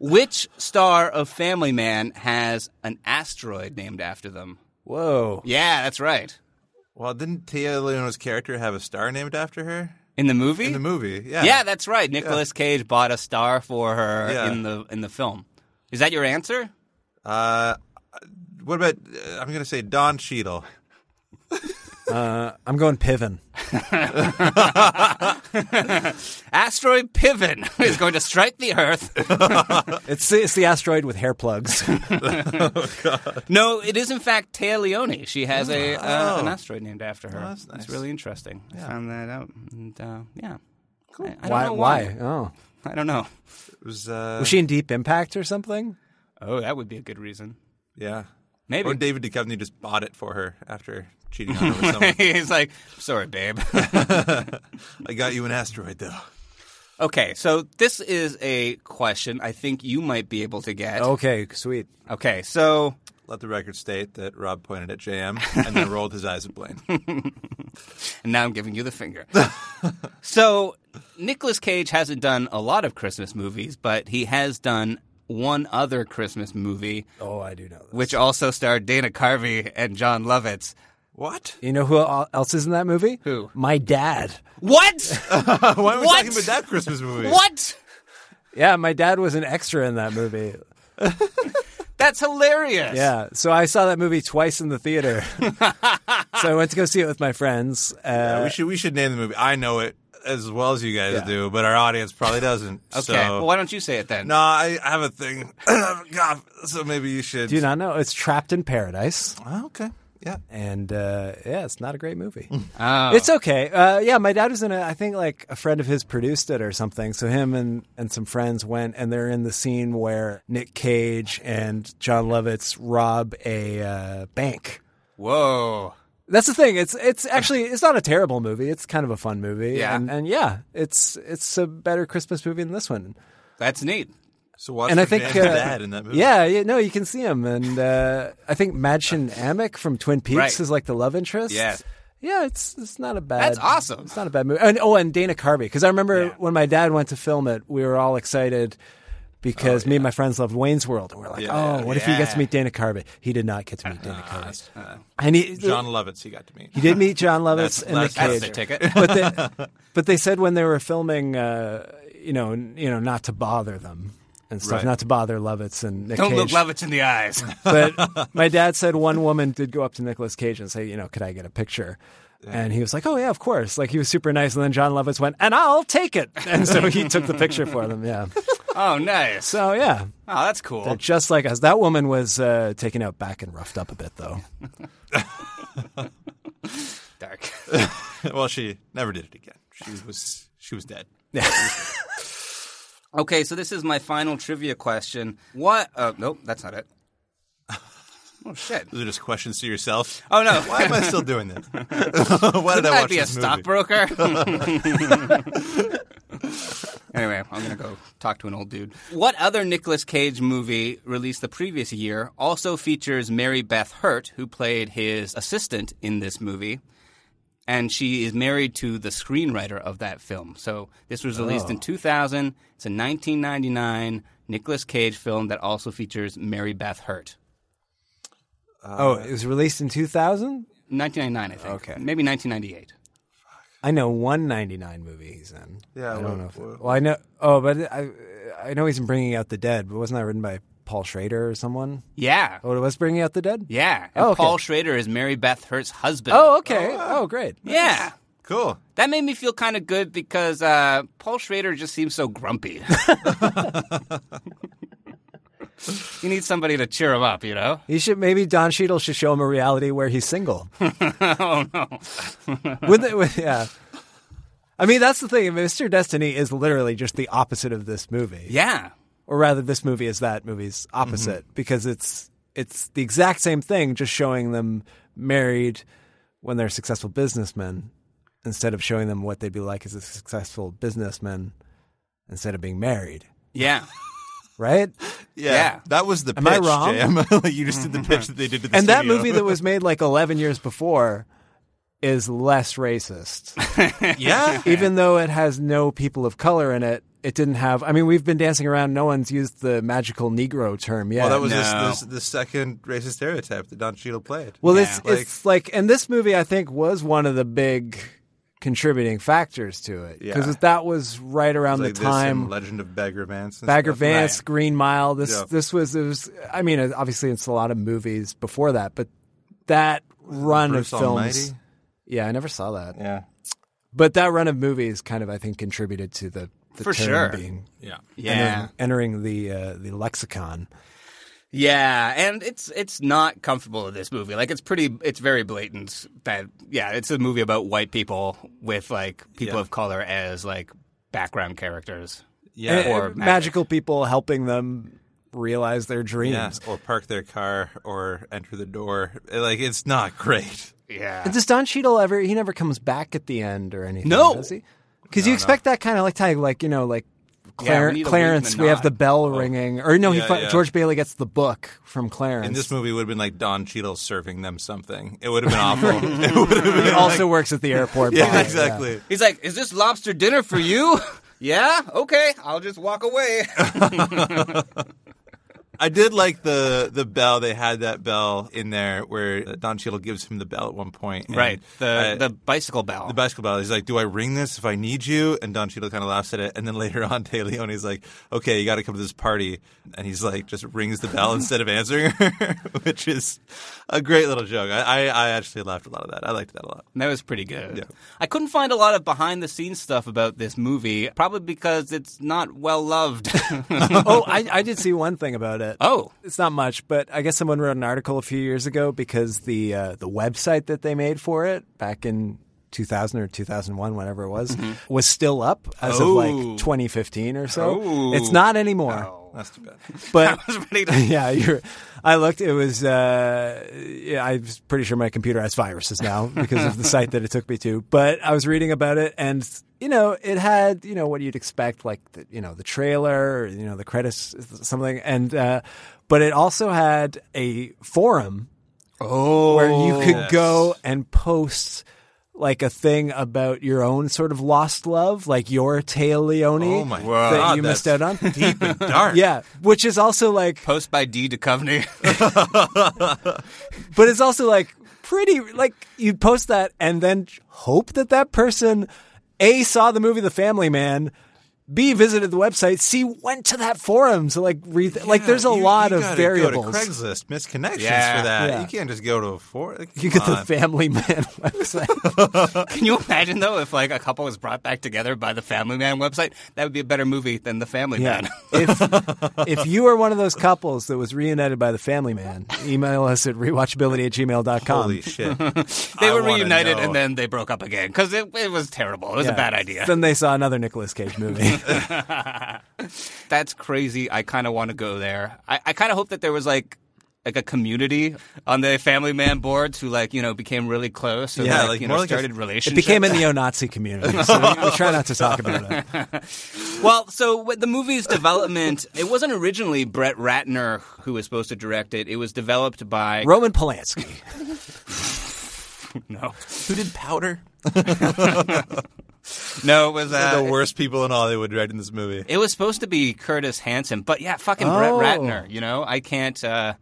[SPEAKER 8] Which star of Family Man has an asteroid named after them?
[SPEAKER 10] Whoa.
[SPEAKER 8] Yeah, that's right.
[SPEAKER 9] Well, didn't Tia Leone's character have a star named after her
[SPEAKER 8] In the movie?
[SPEAKER 9] in the movie? Yeah.
[SPEAKER 8] Yeah, that's right. Nicolas Cage bought a star for her
[SPEAKER 9] Yeah.
[SPEAKER 8] in the in the film. Is that your answer?
[SPEAKER 9] Uh, what about? Uh, I'm going to say Don Cheadle.
[SPEAKER 10] I'm going Piven.
[SPEAKER 8] Asteroid Piven is going to strike the Earth.
[SPEAKER 10] It's it's the asteroid with hair plugs.
[SPEAKER 8] No, it is in fact Tea Leone. She has a uh, an asteroid named after her.
[SPEAKER 9] Oh. that's nice.
[SPEAKER 8] It's really interesting. I found that out, and uh, yeah, cool. I, I don't
[SPEAKER 10] why?
[SPEAKER 8] know
[SPEAKER 10] Why? Oh,
[SPEAKER 8] I don't know.
[SPEAKER 9] It was. Uh,
[SPEAKER 10] was she in Deep Impact or something?
[SPEAKER 8] Oh, that would be a good reason.
[SPEAKER 9] yeah.
[SPEAKER 8] Maybe.
[SPEAKER 9] Or David Duchovny just bought it for her after cheating on her with someone.
[SPEAKER 8] He's like, sorry, babe.
[SPEAKER 9] I got you an asteroid though.
[SPEAKER 8] okay, so this is a question I think you might be able to get.
[SPEAKER 10] Okay, sweet.
[SPEAKER 8] Okay, so
[SPEAKER 9] Let the record state that Rob pointed at JM and then rolled his eyes at Blaine.
[SPEAKER 8] and now I'm giving you the finger. so Nicolas Cage hasn't done a lot of Christmas movies, but he has done one other Christmas movie.
[SPEAKER 10] Oh, I do know. That.
[SPEAKER 8] which also starred Dana Carvey and John Lovitz.
[SPEAKER 9] What?
[SPEAKER 10] You know who el- else is in that movie? Who? My dad.
[SPEAKER 8] What?
[SPEAKER 9] Why are we
[SPEAKER 10] What?
[SPEAKER 9] talking about that Christmas movie?
[SPEAKER 8] What?
[SPEAKER 10] Yeah, my dad was an extra in that movie.
[SPEAKER 8] That's hilarious.
[SPEAKER 10] Yeah, so I saw that movie twice in the theater. so I went to go see it with my friends. Uh,
[SPEAKER 9] Yeah, we should we should name the movie. I know it as well as you guys do, but our audience probably doesn't.
[SPEAKER 8] Okay.
[SPEAKER 9] so-
[SPEAKER 8] Well, why don't you say it then?
[SPEAKER 9] No, I I have a thing. God, so maybe you should. Oh,
[SPEAKER 10] Do you not know? It's Trapped in Paradise.
[SPEAKER 9] okay. Yeah.
[SPEAKER 10] And uh, yeah, it's not a great movie.
[SPEAKER 8] Oh.
[SPEAKER 10] It's okay. Uh, yeah, my dad was in it. I think like a friend of his produced it or something. So him and, and some friends went, and they're in the scene where Nick Cage and John Lovitz rob a uh, bank.
[SPEAKER 8] Whoa.
[SPEAKER 10] That's the thing. It's it's actually it's not a terrible movie. It's kind of a fun movie.
[SPEAKER 8] Yeah.
[SPEAKER 10] and, and yeah, it's it's a better Christmas movie than this one.
[SPEAKER 8] That's neat.
[SPEAKER 9] So watch
[SPEAKER 10] and I
[SPEAKER 9] for
[SPEAKER 10] think
[SPEAKER 9] Dan's
[SPEAKER 10] uh,
[SPEAKER 9] dad in that movie.
[SPEAKER 10] Yeah, yeah, no, you can see him, and uh, I think Madchen Amick from Twin Peaks
[SPEAKER 8] Right.
[SPEAKER 10] is like the love interest.
[SPEAKER 8] Yeah.
[SPEAKER 10] Yeah, it's it's not a bad.
[SPEAKER 8] That's awesome.
[SPEAKER 10] It's not a bad movie. And, oh, and Dana Carvey, because I remember when my dad went to film it, we were all excited because me and my friends loved Wayne's World, and we are like,
[SPEAKER 9] Oh, Yeah.
[SPEAKER 10] oh, what if he gets
[SPEAKER 9] Yeah. Uh-huh.
[SPEAKER 10] to meet Dana Carvey? He did not get to meet Dana Carvey, and he
[SPEAKER 9] John Lovitz, he got to meet.
[SPEAKER 10] he did meet John Lovitz
[SPEAKER 9] That's-
[SPEAKER 10] in
[SPEAKER 9] that's-
[SPEAKER 10] the cage.
[SPEAKER 9] that's the ticket.
[SPEAKER 10] but, they, but they said when they were filming, uh, you know, n- you know, not to bother them and stuff,
[SPEAKER 8] Right.
[SPEAKER 10] not to bother Lovitz and Nick
[SPEAKER 8] Don't
[SPEAKER 10] Cage.
[SPEAKER 8] look Lovitz in the eyes.
[SPEAKER 10] but my dad said one woman did go up to Nicolas Cage and say, you know, could I get a picture? And he was like, "Oh yeah, of course." Like he was super nice. And then John Lovitz went, "And I'll take it." And so he took the picture for them. Yeah.
[SPEAKER 8] oh, nice.
[SPEAKER 10] So yeah,
[SPEAKER 8] Oh, that's cool.
[SPEAKER 10] they're just like us. That woman was uh, taken out back and roughed up a bit, though.
[SPEAKER 8] Dark.
[SPEAKER 9] well, she never did it again. She was she was dead.
[SPEAKER 8] Okay, so this is my final trivia question. What? Uh, nope, that's not it. Oh shit!
[SPEAKER 9] Those are just questions to yourself.
[SPEAKER 8] Oh no!
[SPEAKER 9] Why am I still doing this? Why did
[SPEAKER 8] Couldn't
[SPEAKER 9] I
[SPEAKER 8] I
[SPEAKER 9] watch
[SPEAKER 8] be a
[SPEAKER 9] this movie?
[SPEAKER 8] stockbroker? anyway, I'm gonna go talk to an old dude. What other Nicolas Cage movie released the previous year also features Mary Beth Hurt, who played his assistant in this movie, and she is married to the screenwriter of that film. So this was released
[SPEAKER 9] Oh.
[SPEAKER 8] in 2000. It's a 1999 Nicolas Cage film that also features Mary Beth Hurt.
[SPEAKER 10] oh, it was released in 2000.
[SPEAKER 8] 1999, I think.
[SPEAKER 10] Okay.
[SPEAKER 8] maybe 1998.
[SPEAKER 10] I know one ninety nine movie he's in.
[SPEAKER 9] Yeah,
[SPEAKER 10] I
[SPEAKER 9] well,
[SPEAKER 10] don't know. If well, I know. Oh, but I I know he's in Bringing Out the Dead, but wasn't that written by Paul Schrader or someone?
[SPEAKER 8] Yeah.
[SPEAKER 10] Oh, it was Bringing Out the Dead.
[SPEAKER 8] Yeah. And
[SPEAKER 10] Oh, okay.
[SPEAKER 8] Paul Schrader is Mary Beth Hurt's husband.
[SPEAKER 10] Oh, okay. Oh, great.
[SPEAKER 8] Yeah.
[SPEAKER 9] Cool.
[SPEAKER 8] That made me feel kind of good because uh, Paul Schrader just seems so grumpy. you need somebody to cheer him up, you know?
[SPEAKER 10] He should maybe Don Cheadle should show him a reality where he's single.
[SPEAKER 8] oh, no.
[SPEAKER 10] with, it, with yeah. I mean, that's the thing. Mr. Destiny is literally just the opposite of this movie.
[SPEAKER 8] Yeah.
[SPEAKER 10] or rather this movie is that movie's opposite
[SPEAKER 9] Mm-hmm.
[SPEAKER 10] because it's it's the exact same thing just showing them married when they're successful businessmen instead of showing them what they'd be like as a successful businessman instead of being married
[SPEAKER 8] Yeah.
[SPEAKER 10] right
[SPEAKER 9] Yeah,
[SPEAKER 8] Yeah.
[SPEAKER 9] that was the
[SPEAKER 10] Am
[SPEAKER 9] pitch.
[SPEAKER 10] I wrong?
[SPEAKER 9] JM. Like, you just did the pitch that they did to the
[SPEAKER 10] and that
[SPEAKER 9] studio.
[SPEAKER 10] movie that was made like 11 years before is less racist
[SPEAKER 9] yeah,
[SPEAKER 10] even though it has no people of color in it it didn't have i mean we've been dancing around no one's used the magical negro term yet
[SPEAKER 9] Well, that was
[SPEAKER 8] No.
[SPEAKER 9] this, this, the second racist stereotype that Don Cheadle played.
[SPEAKER 10] Well, it's
[SPEAKER 9] Like-
[SPEAKER 10] it's like, and this movie I think was one of the big contributing factors to it because
[SPEAKER 9] Yeah.
[SPEAKER 10] that was right around
[SPEAKER 9] like
[SPEAKER 10] the
[SPEAKER 9] this and
[SPEAKER 10] time.
[SPEAKER 9] Legend of Bagger Vance. and
[SPEAKER 10] Bagger
[SPEAKER 9] stuff.
[SPEAKER 10] Vance,
[SPEAKER 9] Right.
[SPEAKER 10] Green Mile. This
[SPEAKER 9] Yeah.
[SPEAKER 10] this was it was. I mean, obviously it's a lot of movies before that, but that run
[SPEAKER 9] Bruce
[SPEAKER 10] of films.
[SPEAKER 9] Almighty?
[SPEAKER 10] Yeah, I never saw that.
[SPEAKER 9] Yeah,
[SPEAKER 10] But that run of movies kind of I think contributed to the, the
[SPEAKER 8] For
[SPEAKER 10] term
[SPEAKER 8] sure.
[SPEAKER 10] being
[SPEAKER 9] yeah.
[SPEAKER 8] Yeah.
[SPEAKER 10] entering, entering the uh, the lexicon.
[SPEAKER 8] Yeah, and it's it's not comfortable in this movie. Like it's pretty, it's very blatant that yeah, it's a movie about white people with like people
[SPEAKER 9] Yeah.
[SPEAKER 8] of color as like background characters.
[SPEAKER 9] Yeah.
[SPEAKER 10] And-
[SPEAKER 8] or
[SPEAKER 10] and
[SPEAKER 8] magic.
[SPEAKER 10] magical people helping them realize their dreams.
[SPEAKER 9] Yeah, or park their car, or enter the door. Like it's not great.
[SPEAKER 8] Yeah,
[SPEAKER 10] And does Don Cheadle ever? He never comes back at the end or anything.
[SPEAKER 8] No.
[SPEAKER 10] does he? Because you expect that kind of like tag, like you know, like
[SPEAKER 8] Yeah,
[SPEAKER 10] Clar-
[SPEAKER 8] we need a
[SPEAKER 10] Clarence.
[SPEAKER 8] Weekman
[SPEAKER 10] We have
[SPEAKER 8] nod. Oh.
[SPEAKER 10] the bell ringing, or no, he
[SPEAKER 9] Yeah,
[SPEAKER 10] fi-
[SPEAKER 9] yeah.
[SPEAKER 10] George Bailey gets the book from Clarence.
[SPEAKER 9] In this movie, would have been like Don Cheadle serving them something. It would have been awful. it would have
[SPEAKER 10] He
[SPEAKER 9] been
[SPEAKER 10] also works at the airport. bar,
[SPEAKER 9] yeah, exactly.
[SPEAKER 8] He's like, "Is this lobster dinner for you?" yeah, okay, I'll just walk away.
[SPEAKER 9] I did like the the bell. They had that bell in there where uh, Don Cheadle gives him the bell at one point. and,
[SPEAKER 8] Right. The- the
[SPEAKER 9] bicycle bell. The bicycle bell. He's like, "Do I ring this if I need you?" And Don Cheadle kind of laughs at it. And then later on, De Leone's like, "Okay, you got to come to this party," and he's like, just rings the bell instead of answering her, which is a great little joke. I, I I actually laughed a lot of that. I liked that a lot.
[SPEAKER 8] And that was pretty good. I couldn't find a lot of behind the scenes stuff about this movie, probably because it's not well loved.
[SPEAKER 10] oh, I, I did see one thing about it.
[SPEAKER 8] Oh,
[SPEAKER 10] it's not much, but I guess someone wrote an article a few years ago because the uh, the website that they made for it back in 2000 or 2001, whenever it was,
[SPEAKER 9] Mhm.
[SPEAKER 10] was still up as
[SPEAKER 9] Oh.
[SPEAKER 10] of like 2015 or so.
[SPEAKER 9] Oh.
[SPEAKER 10] It's not anymore.
[SPEAKER 9] That's too bad.
[SPEAKER 10] But yeah, you're, I looked. It was. Uh, yeah, I'm pretty sure my computer has viruses now because of the site that it took me to. But I was reading about it, and you know, it had you know what you'd expect, like the, you know the trailer, or, you know the credits, something, and uh, but it also had a forum
[SPEAKER 8] oh,
[SPEAKER 10] where you could
[SPEAKER 8] Yes.
[SPEAKER 10] go and post. Like a thing about your own sort of lost love, like your Tale Leone
[SPEAKER 8] Oh my
[SPEAKER 10] that
[SPEAKER 8] God,
[SPEAKER 10] you missed out
[SPEAKER 8] that's
[SPEAKER 10] on.
[SPEAKER 8] deep and dark.
[SPEAKER 10] Yeah, which is also like
[SPEAKER 8] post by D. Duchovny.
[SPEAKER 10] but it's also like pretty like you post that and then hope that that person a saw the movie the family man b visited the website c went to that forum to like read like there's a
[SPEAKER 9] You-
[SPEAKER 10] lot
[SPEAKER 9] you
[SPEAKER 10] of
[SPEAKER 9] gotta
[SPEAKER 10] variables
[SPEAKER 9] Go to Craigslist, misconnections
[SPEAKER 10] Yeah.
[SPEAKER 9] for that.
[SPEAKER 10] Yeah.
[SPEAKER 9] You can't just go to a four. Come
[SPEAKER 10] you get the
[SPEAKER 9] on.
[SPEAKER 10] family man website
[SPEAKER 8] Can you imagine though if like a couple was brought back together by the Family Man website? That would be a better movie than the Family Man.
[SPEAKER 10] if you are one of those couples that was reunited by the family man email us at rewatchability at gmail.com
[SPEAKER 8] Holy shit. they
[SPEAKER 9] I
[SPEAKER 8] were
[SPEAKER 9] wanna
[SPEAKER 8] reunited
[SPEAKER 9] know.
[SPEAKER 8] and then they broke up again because it, it was terrible. It was
[SPEAKER 10] Yeah.
[SPEAKER 8] a bad idea.
[SPEAKER 10] then they saw another Nicolas cage movie
[SPEAKER 8] That's crazy. I kind of want to go there. I, I kind of hope that there was like like a community on the Family Man boards who like you know became really close. And,
[SPEAKER 10] Yeah,
[SPEAKER 8] like,
[SPEAKER 10] like,
[SPEAKER 8] you
[SPEAKER 10] more
[SPEAKER 8] know,
[SPEAKER 10] like a-
[SPEAKER 8] started
[SPEAKER 10] it
[SPEAKER 8] relationships.
[SPEAKER 10] It became a neo-Nazi community, so we, we try not to talk about it.
[SPEAKER 8] well, so with the movie's development, it wasn't originally Brett Ratner who was supposed to direct it. It was developed by
[SPEAKER 10] Roman Polanski.
[SPEAKER 8] no,
[SPEAKER 9] who did Powder?
[SPEAKER 8] no, it was
[SPEAKER 9] One of
[SPEAKER 8] uh,
[SPEAKER 9] the worst people in Hollywood right in this movie.
[SPEAKER 8] It was supposed to be Curtis Hanson, but yeah, fucking Brett
[SPEAKER 9] Oh.
[SPEAKER 8] Ratner. You know, I can't. Uh,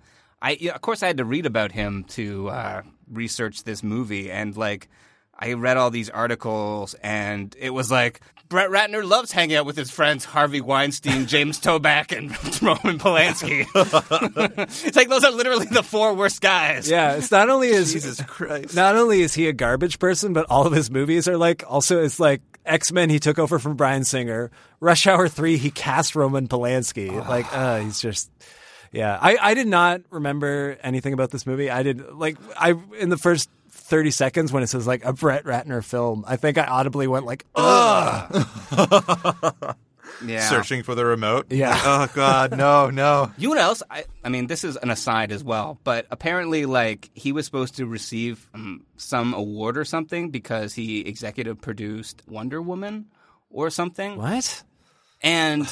[SPEAKER 8] I yeah, of course I had to read about him to uh, research this movie, and like I read all these articles, and it was like Brett Ratner loves hanging out with his friends Harvey Weinstein, James Toback, and Roman Polanski. it's like those are literally the four worst guys.
[SPEAKER 10] Yeah, it's not only is
[SPEAKER 9] Jesus Christ.
[SPEAKER 10] Not only is he a garbage person, but all of his movies are like also it's like X Men he took over from Brian Singer, Rush Hour Three he cast Roman Polanski. like, uh, he's just. Yeah, I, I did not remember anything about this movie. I did like I in the first thirty seconds when it says like a Brett Ratner film. I think I audibly went like, ugh.
[SPEAKER 8] Yeah.
[SPEAKER 9] Searching for the remote.
[SPEAKER 10] Yeah.
[SPEAKER 9] Oh God, no, no.
[SPEAKER 8] You know what else? I, I mean, this is an aside as well, but apparently, like, he was supposed to receive um, some award or something because he executive produced Wonder Woman or something.
[SPEAKER 10] What?
[SPEAKER 8] And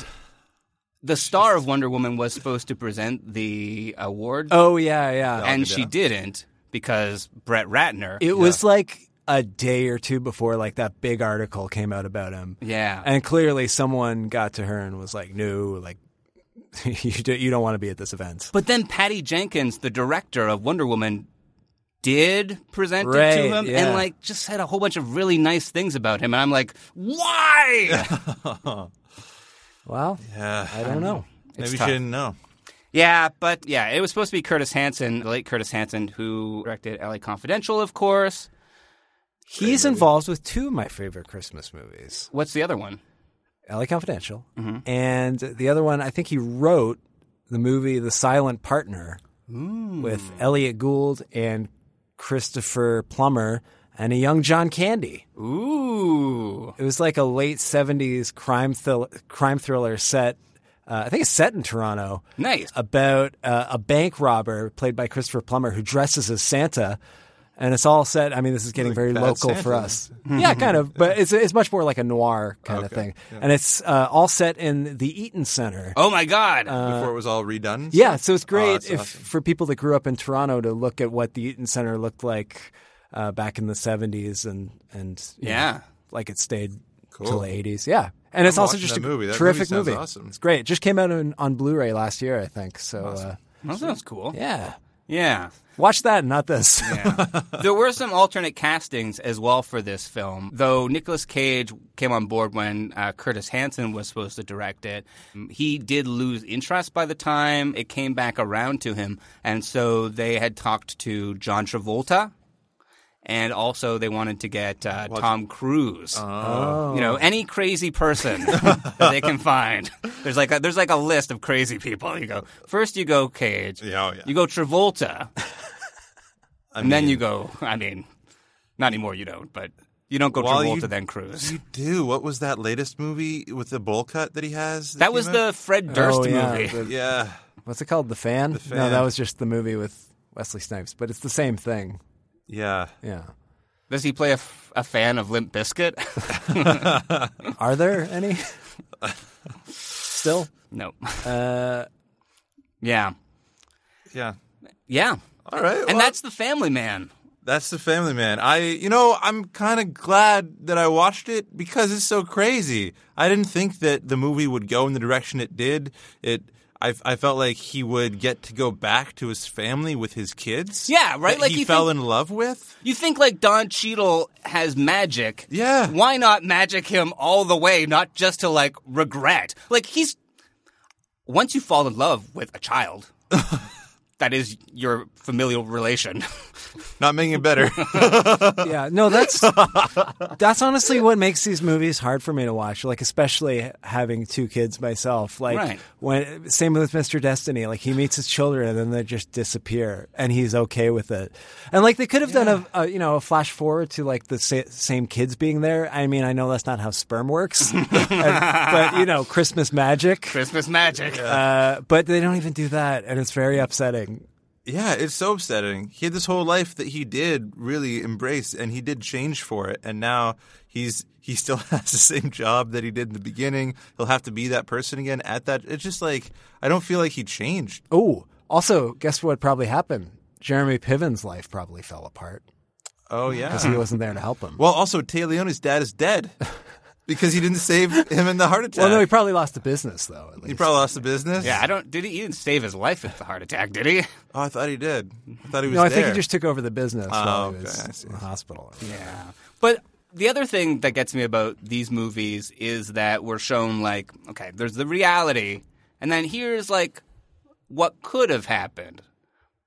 [SPEAKER 8] the star of Wonder Woman was supposed to present the award.
[SPEAKER 10] Oh yeah, yeah.
[SPEAKER 8] And she didn't because Brett Ratner.
[SPEAKER 10] It was like a day or two before like that big article came out about him.
[SPEAKER 8] Yeah.
[SPEAKER 10] And clearly someone got to her and was like, "No, like you do, you don't want to be at this event."
[SPEAKER 8] But then Patty Jenkins, the director of Wonder Woman, did present it
[SPEAKER 10] Right,
[SPEAKER 8] to him
[SPEAKER 10] yeah.
[SPEAKER 8] and like just said a whole bunch of really nice things about him. And I'm like, why?
[SPEAKER 10] Well,
[SPEAKER 9] yeah.
[SPEAKER 10] I don't know.
[SPEAKER 9] Uh, Maybe
[SPEAKER 8] It's
[SPEAKER 9] she
[SPEAKER 8] tough.
[SPEAKER 9] didn't know.
[SPEAKER 8] Yeah, but yeah, it was supposed to be Curtis Hanson, the late Curtis Hanson, who directed LA Confidential, of course.
[SPEAKER 10] He's involved with two of my favorite Christmas movies.
[SPEAKER 8] What's the other one?
[SPEAKER 10] LA Confidential. And the other one, I think he wrote the movie The Silent Partner with Elliot Gould and Christopher Plummer and a young John Candy.
[SPEAKER 8] Ooh.
[SPEAKER 10] It was like a late 70s crime, thil- crime thriller set. Uh, I think it's set in Toronto.
[SPEAKER 8] Nice.
[SPEAKER 10] About uh, a bank robber played by Christopher Plummer who dresses as Santa. And it's all set. I mean, this is getting very
[SPEAKER 9] Bad
[SPEAKER 10] local
[SPEAKER 9] Santa.
[SPEAKER 10] for us. yeah, kind of. But it's, it's much more like a noir kind of
[SPEAKER 9] Okay,
[SPEAKER 10] thing.
[SPEAKER 9] yeah.
[SPEAKER 10] And it's uh, all set in the Eaton Center.
[SPEAKER 8] Oh my God.
[SPEAKER 9] Before it was all redone. Oh,
[SPEAKER 10] Yeah, so it's great
[SPEAKER 9] that's
[SPEAKER 10] if
[SPEAKER 9] awesome.
[SPEAKER 10] for people that grew up in Toronto to look at what the Eaton Center looked like uh, back in the seventies and and you know,
[SPEAKER 8] Yeah.
[SPEAKER 10] like it stayed
[SPEAKER 8] Cool.
[SPEAKER 10] till the eighties. Yeah, and it's
[SPEAKER 9] I'm
[SPEAKER 10] also
[SPEAKER 9] watching
[SPEAKER 10] just
[SPEAKER 9] that
[SPEAKER 10] a
[SPEAKER 9] movie. That
[SPEAKER 10] terrific
[SPEAKER 9] movie sounds
[SPEAKER 10] movie.
[SPEAKER 9] awesome.
[SPEAKER 10] It's great. It just came out on, on Blu-ray last year, I think. So uh,
[SPEAKER 8] That sounds cool.
[SPEAKER 10] Yeah.
[SPEAKER 8] Yeah.
[SPEAKER 10] watch that, not this.
[SPEAKER 8] there were some alternate castings as well for this film, though Nicolas Cage came on board when uh, Curtis Hanson was supposed to direct it. Mm, He did lose interest by the time it came back around to him, and so they had talked to John Travolta. And also, they wanted to get uh, Tom Cruise.
[SPEAKER 15] Oh.
[SPEAKER 8] You know, any crazy person that they can find. There's like a, there's like a list of crazy people. You go first, you go Cage. yeah. You go Travolta and then you go. I mean, not anymore. You don't, but you don't go
[SPEAKER 9] While
[SPEAKER 8] Travolta
[SPEAKER 9] you-
[SPEAKER 8] then Cruise.
[SPEAKER 9] You do. What was that latest movie with the bowl cut that he has?
[SPEAKER 8] That
[SPEAKER 9] came
[SPEAKER 8] was
[SPEAKER 9] out?
[SPEAKER 8] the Fred Durst
[SPEAKER 10] Oh, yeah,
[SPEAKER 8] movie.
[SPEAKER 10] the-
[SPEAKER 9] yeah.
[SPEAKER 10] What's it called? The fan? No,
[SPEAKER 9] Fan.
[SPEAKER 10] that was just the movie with Wesley Snipes, but it's the same thing.
[SPEAKER 9] Yeah.
[SPEAKER 10] Yeah.
[SPEAKER 8] Does he play a, f- a fan of Limp Biscuit?
[SPEAKER 10] Are there any? Still?
[SPEAKER 8] No.
[SPEAKER 10] Uh,
[SPEAKER 8] yeah.
[SPEAKER 9] Yeah.
[SPEAKER 8] Yeah.
[SPEAKER 9] All right.
[SPEAKER 8] And that's the Family Man.
[SPEAKER 9] That's the Family Man. I, you know, I'm kind of glad that I watched it because it's so crazy. I didn't think that the movie would go in the direction it did. It, I, I felt like he would get to go back to his family with his kids.
[SPEAKER 8] Yeah, right.
[SPEAKER 9] that
[SPEAKER 8] like
[SPEAKER 9] he
[SPEAKER 8] you
[SPEAKER 9] fell
[SPEAKER 8] think,
[SPEAKER 9] in love with.
[SPEAKER 8] You think like Don Cheadle has magic?
[SPEAKER 9] Yeah.
[SPEAKER 8] Why not magic him all the way? Not just to like regret. Like he's once you fall in love with a child, that is your familial relation.
[SPEAKER 9] Not making it better.
[SPEAKER 10] yeah, no, that's that's honestly what makes these movies hard for me to watch. Like, especially having two kids myself. Like,
[SPEAKER 8] Right.
[SPEAKER 10] when same with Mr. Destiny. Like, he meets his children and then they just disappear, and he's okay with it. And like, they could have done a, a you know a flash forward to like the sa- same kids being there. I mean, I know that's not how sperm works, And- but you know, Christmas magic.
[SPEAKER 8] Christmas magic.
[SPEAKER 10] Uh, but they don't even do that, and it's very upsetting.
[SPEAKER 9] Yeah, it's so upsetting. He had this whole life that he did really embrace, and he did change for it. And now he's he still has the same job that he did in the beginning. He'll have to be that person again at that. It's just like I don't feel like he changed.
[SPEAKER 10] Oh, also, guess what probably happened? Jeremy Piven's life probably fell apart.
[SPEAKER 9] Oh yeah,
[SPEAKER 10] Because he wasn't there to help him.
[SPEAKER 9] Well, also Tay Leone's dad is dead because he didn't save him in the heart attack.
[SPEAKER 10] Well, no, he probably lost the business, though. At least.
[SPEAKER 9] he probably lost the business.
[SPEAKER 8] Yeah, I don't. Did he, he didn't save his life with the heart attack? Did he?
[SPEAKER 9] Oh, I thought he did. I thought he was.
[SPEAKER 10] No, I think he
[SPEAKER 9] there.
[SPEAKER 10] just took over the business
[SPEAKER 9] Oh,
[SPEAKER 10] while
[SPEAKER 9] okay,
[SPEAKER 10] he was
[SPEAKER 9] I
[SPEAKER 10] in the hospital.
[SPEAKER 8] Yeah. But the other thing that gets me about these movies is that we're shown like, okay, there's the reality, and then here's like what could have happened.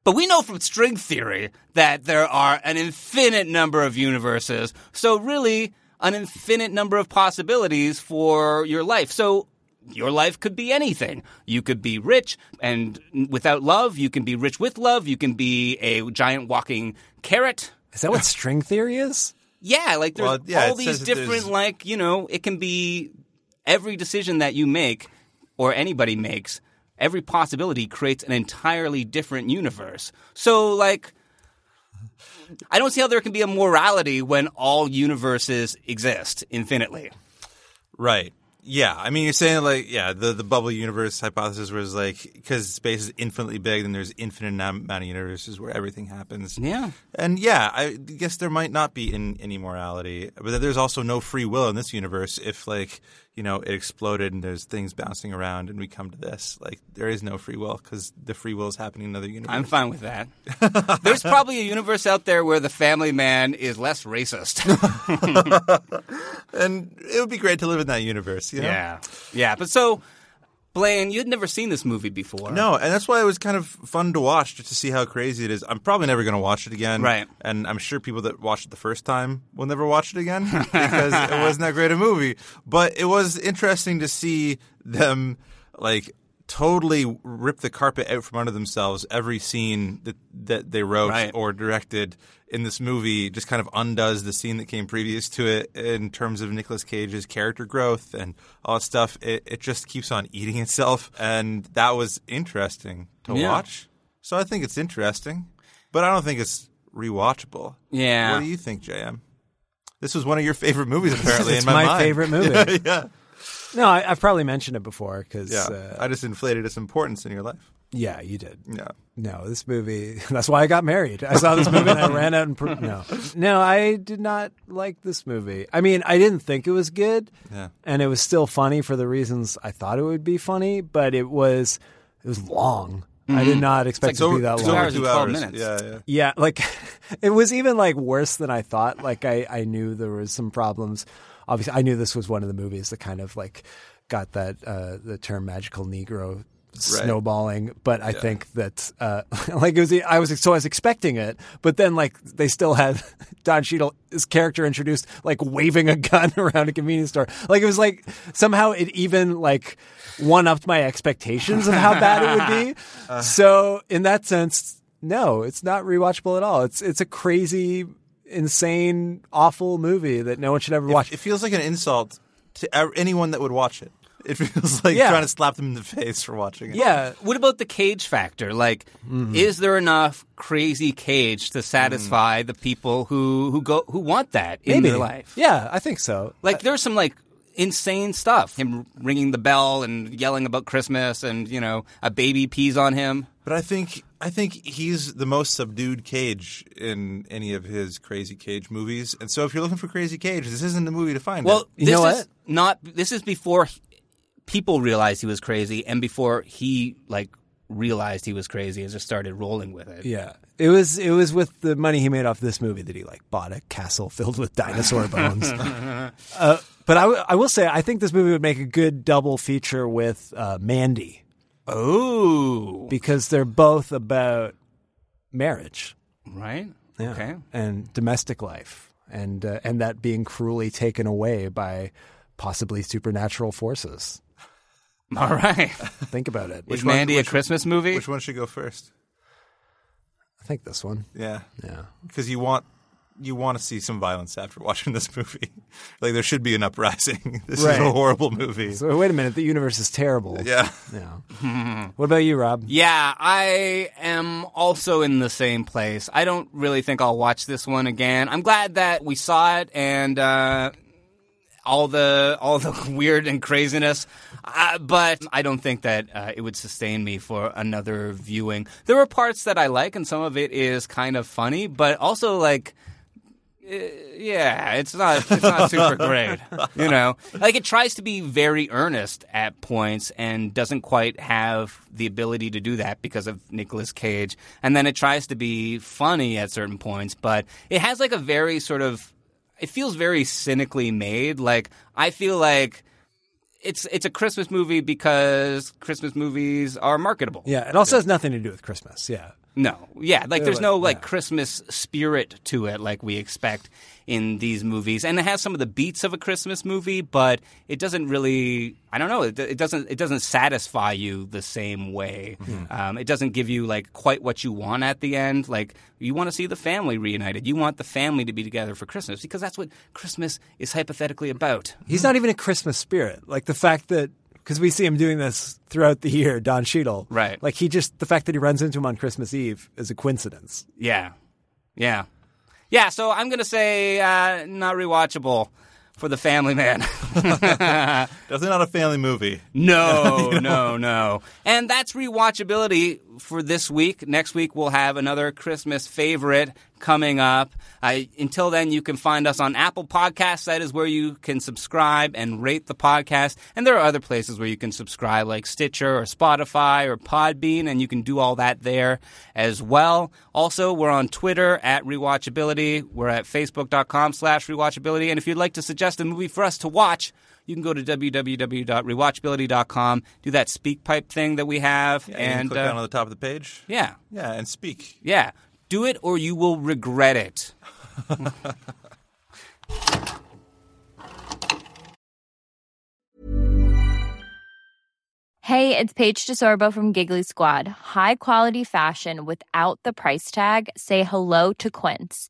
[SPEAKER 8] But we know from string theory that there are an infinite number of universes. So really, an infinite number of possibilities for your life. So your life could be anything. You could be rich and without love. You can be rich with love. You can be a giant walking carrot.
[SPEAKER 10] Is that what string theory is?
[SPEAKER 8] Yeah, like there's
[SPEAKER 10] Well, yeah,
[SPEAKER 8] all
[SPEAKER 10] it
[SPEAKER 8] these
[SPEAKER 10] says that there's-
[SPEAKER 8] different, like, you know, it can be every decision that you make or anybody makes, every possibility creates an entirely different universe. So, like, I don't see how there can be a morality when all universes exist infinitely.
[SPEAKER 9] Right. Yeah. I mean, you're saying like, yeah, the, the bubble universe hypothesis was like, because space is infinitely big, then there's infinite am- amount of universes where everything happens.
[SPEAKER 8] Yeah.
[SPEAKER 9] And yeah, I guess there might not be in, any morality, but then there's also no free will in this universe if like, you know, it exploded and there's things bouncing around and we come to this. Like, there is no free will because the free will is happening in another universe.
[SPEAKER 8] I'm fine with that. There's probably a universe out there where the family man is less racist.
[SPEAKER 9] and it would be great to live in that universe, you know?
[SPEAKER 8] Yeah. Yeah. But so, Blaine, you had never seen this movie before.
[SPEAKER 9] No, and that's why it was kind of fun to watch just to see how crazy it is. I'm probably never going to watch it again.
[SPEAKER 8] Right.
[SPEAKER 9] And I'm sure people that watched it the first time will never watch it again because it wasn't that great a movie. But it was interesting to see them like totally rip the carpet out from under themselves every scene that that they wrote
[SPEAKER 8] Right.
[SPEAKER 9] or directed in this movie just kind of undoes the scene that came previous to it in terms of Nicolas Cage's character growth and all that stuff. It, it just keeps on eating itself, and that was interesting to
[SPEAKER 8] Yeah.
[SPEAKER 9] watch. So I think it's interesting, but I don't think it's rewatchable.
[SPEAKER 8] Yeah.
[SPEAKER 9] What do you think, JM? This was one of your favorite movies, apparently.
[SPEAKER 10] it's
[SPEAKER 9] in my, mind.
[SPEAKER 10] favorite movie.
[SPEAKER 9] yeah, yeah.
[SPEAKER 10] No, I, I've probably mentioned it before because
[SPEAKER 9] uh, Yeah. I just inflated its importance in your life.
[SPEAKER 10] Yeah, you did.
[SPEAKER 9] Yeah.
[SPEAKER 10] No, this movie. That's why I got married. I saw this movie and I ran out and pr- no, no, I did not like this movie. I mean, I didn't think it was good,
[SPEAKER 9] Yeah.
[SPEAKER 10] and it was still funny for the reasons I thought it would be funny, but it was it was long. I did
[SPEAKER 9] Mhm.
[SPEAKER 10] not
[SPEAKER 9] It's
[SPEAKER 10] expect it
[SPEAKER 9] like
[SPEAKER 10] to
[SPEAKER 9] over-
[SPEAKER 10] be that
[SPEAKER 9] it's
[SPEAKER 10] long.
[SPEAKER 9] over It's over two two hours. hours. minutes. Yeah, yeah.
[SPEAKER 10] yeah. Like it was even like worse than I thought. Like I, I knew there was some problems. Obviously, I knew this was one of the movies that kind of like got that uh, the term magical Negro snowballing. But I
[SPEAKER 15] Yeah.
[SPEAKER 10] think that uh, like it was I was so I was expecting it, but then like they still had Don Cheadle his character introduced like waving a gun around a convenience store. Like it was like somehow it even like one upped my expectations of how bad it would be.
[SPEAKER 8] Uh-huh.
[SPEAKER 15] Uh.
[SPEAKER 10] so in that sense, no, it's not rewatchable at all. It's it's a crazy, insane, awful movie that no one should ever watch.
[SPEAKER 9] It feels like an insult to ev- anyone that would watch it. It feels like
[SPEAKER 10] Yeah.
[SPEAKER 9] trying to slap them in the face for watching it.
[SPEAKER 8] Uh, What about the cage factor? Like,
[SPEAKER 10] Mm-hmm.
[SPEAKER 8] is there enough crazy cage to satisfy the people who who go who want that in
[SPEAKER 10] Mm. Maybe.
[SPEAKER 8] their life?
[SPEAKER 10] Yeah, I think so.
[SPEAKER 8] Like, there's some like insane stuff. Him ringing the bell and yelling about Christmas, and you know, a baby pees on him.
[SPEAKER 9] But I think I think he's the most subdued Cage in any of his Crazy Cage movies. And so if you're looking for Crazy Cage, this isn't the movie to find
[SPEAKER 8] Well,
[SPEAKER 9] it.
[SPEAKER 8] this is not. This is before he- people realized he was crazy, and before he like realized he was crazy and just started rolling with it.
[SPEAKER 10] Yeah. It was it was with the money he made off this movie that he like bought a castle filled with dinosaur bones. uh, but I, w- I will say I think this movie would make a good double feature with uh, Mandy.
[SPEAKER 8] Oh,
[SPEAKER 10] because they're both about marriage,
[SPEAKER 8] right?
[SPEAKER 10] Yeah.
[SPEAKER 8] Okay.
[SPEAKER 10] and domestic life, and uh, and that being cruelly taken away by possibly supernatural forces.
[SPEAKER 8] All right.
[SPEAKER 10] think about it.
[SPEAKER 8] Is Mandy a Christmas movie?
[SPEAKER 9] Which one should go first?
[SPEAKER 10] I think this one.
[SPEAKER 9] Yeah.
[SPEAKER 10] Yeah.
[SPEAKER 9] Because you want you want to see some violence after watching this movie. like there should be an uprising. This is
[SPEAKER 10] Right.
[SPEAKER 9] a horrible movie.
[SPEAKER 10] So wait a minute, the universe is terrible.
[SPEAKER 9] Yeah.
[SPEAKER 10] Yeah. what about you, Rob?
[SPEAKER 8] Yeah, I am also in the same place. I don't really think I'll watch this one again. I'm glad that we saw it and uh, all the all the weird and craziness, uh, but I don't think that uh, it would sustain me for another viewing. There are parts that I like, and some of it is kind of funny, but also like. eh, Yeah, it's not it's not super great, you know. Like it tries to be very earnest at points and doesn't quite have the ability to do that because of Nicolas Cage. And then it tries to be funny at certain points, but it has like a very sort of it feels very cynically made. Like I feel like it's it's a Christmas movie because Christmas movies are marketable.
[SPEAKER 10] Yeah, it also has nothing to do with Christmas. Yeah.
[SPEAKER 8] No, yeah, like there's
[SPEAKER 10] They're
[SPEAKER 8] no like Christmas spirit to it like we expect in these movies, and it has some of the beats of a Christmas movie, but it doesn't really. I don't know. It, it doesn't. It doesn't satisfy you the same way. Um, it doesn't give you like quite what you want at the end. Like you want to see the family reunited. You want the family to be together for Christmas because that's what Christmas is hypothetically about.
[SPEAKER 10] He's not even a Christmas spirit. Like the fact that because we see him doing this throughout the year, Don Cheadle.
[SPEAKER 8] Right.
[SPEAKER 10] Like he just the fact that he runs into him on Christmas Eve is a coincidence.
[SPEAKER 8] Yeah. Yeah. Yeah, so I'm going to say uh, not rewatchable for The Family Man.
[SPEAKER 9] Definitely not a family movie.
[SPEAKER 8] No,
[SPEAKER 9] You know?
[SPEAKER 8] no, no. And that's rewatchability for this week. Next week, we'll have another Christmas favorite coming up. Uh, until then, you can find us on Apple Podcasts. That is where you can subscribe and rate the podcast. And there are other places where you can subscribe, like Stitcher or Spotify or Podbean, and you can do all that there as well. Also, we're on Twitter at rewatchability. We're at facebook.com slash rewatchability. And if you'd like to suggest a movie for us to watch, you can go to www.rewatchability.com, do that speak pipe thing that we have,
[SPEAKER 9] Yeah, you can
[SPEAKER 8] and
[SPEAKER 9] click
[SPEAKER 8] uh,
[SPEAKER 9] down on the top of the page.
[SPEAKER 8] yeah,
[SPEAKER 9] Yeah, and speak.
[SPEAKER 8] yeah, do it or you will regret it.
[SPEAKER 16] Hey, it's Paige DeSorbo from Giggly Squad. High quality fashion without the price tag. Say hello to Quince.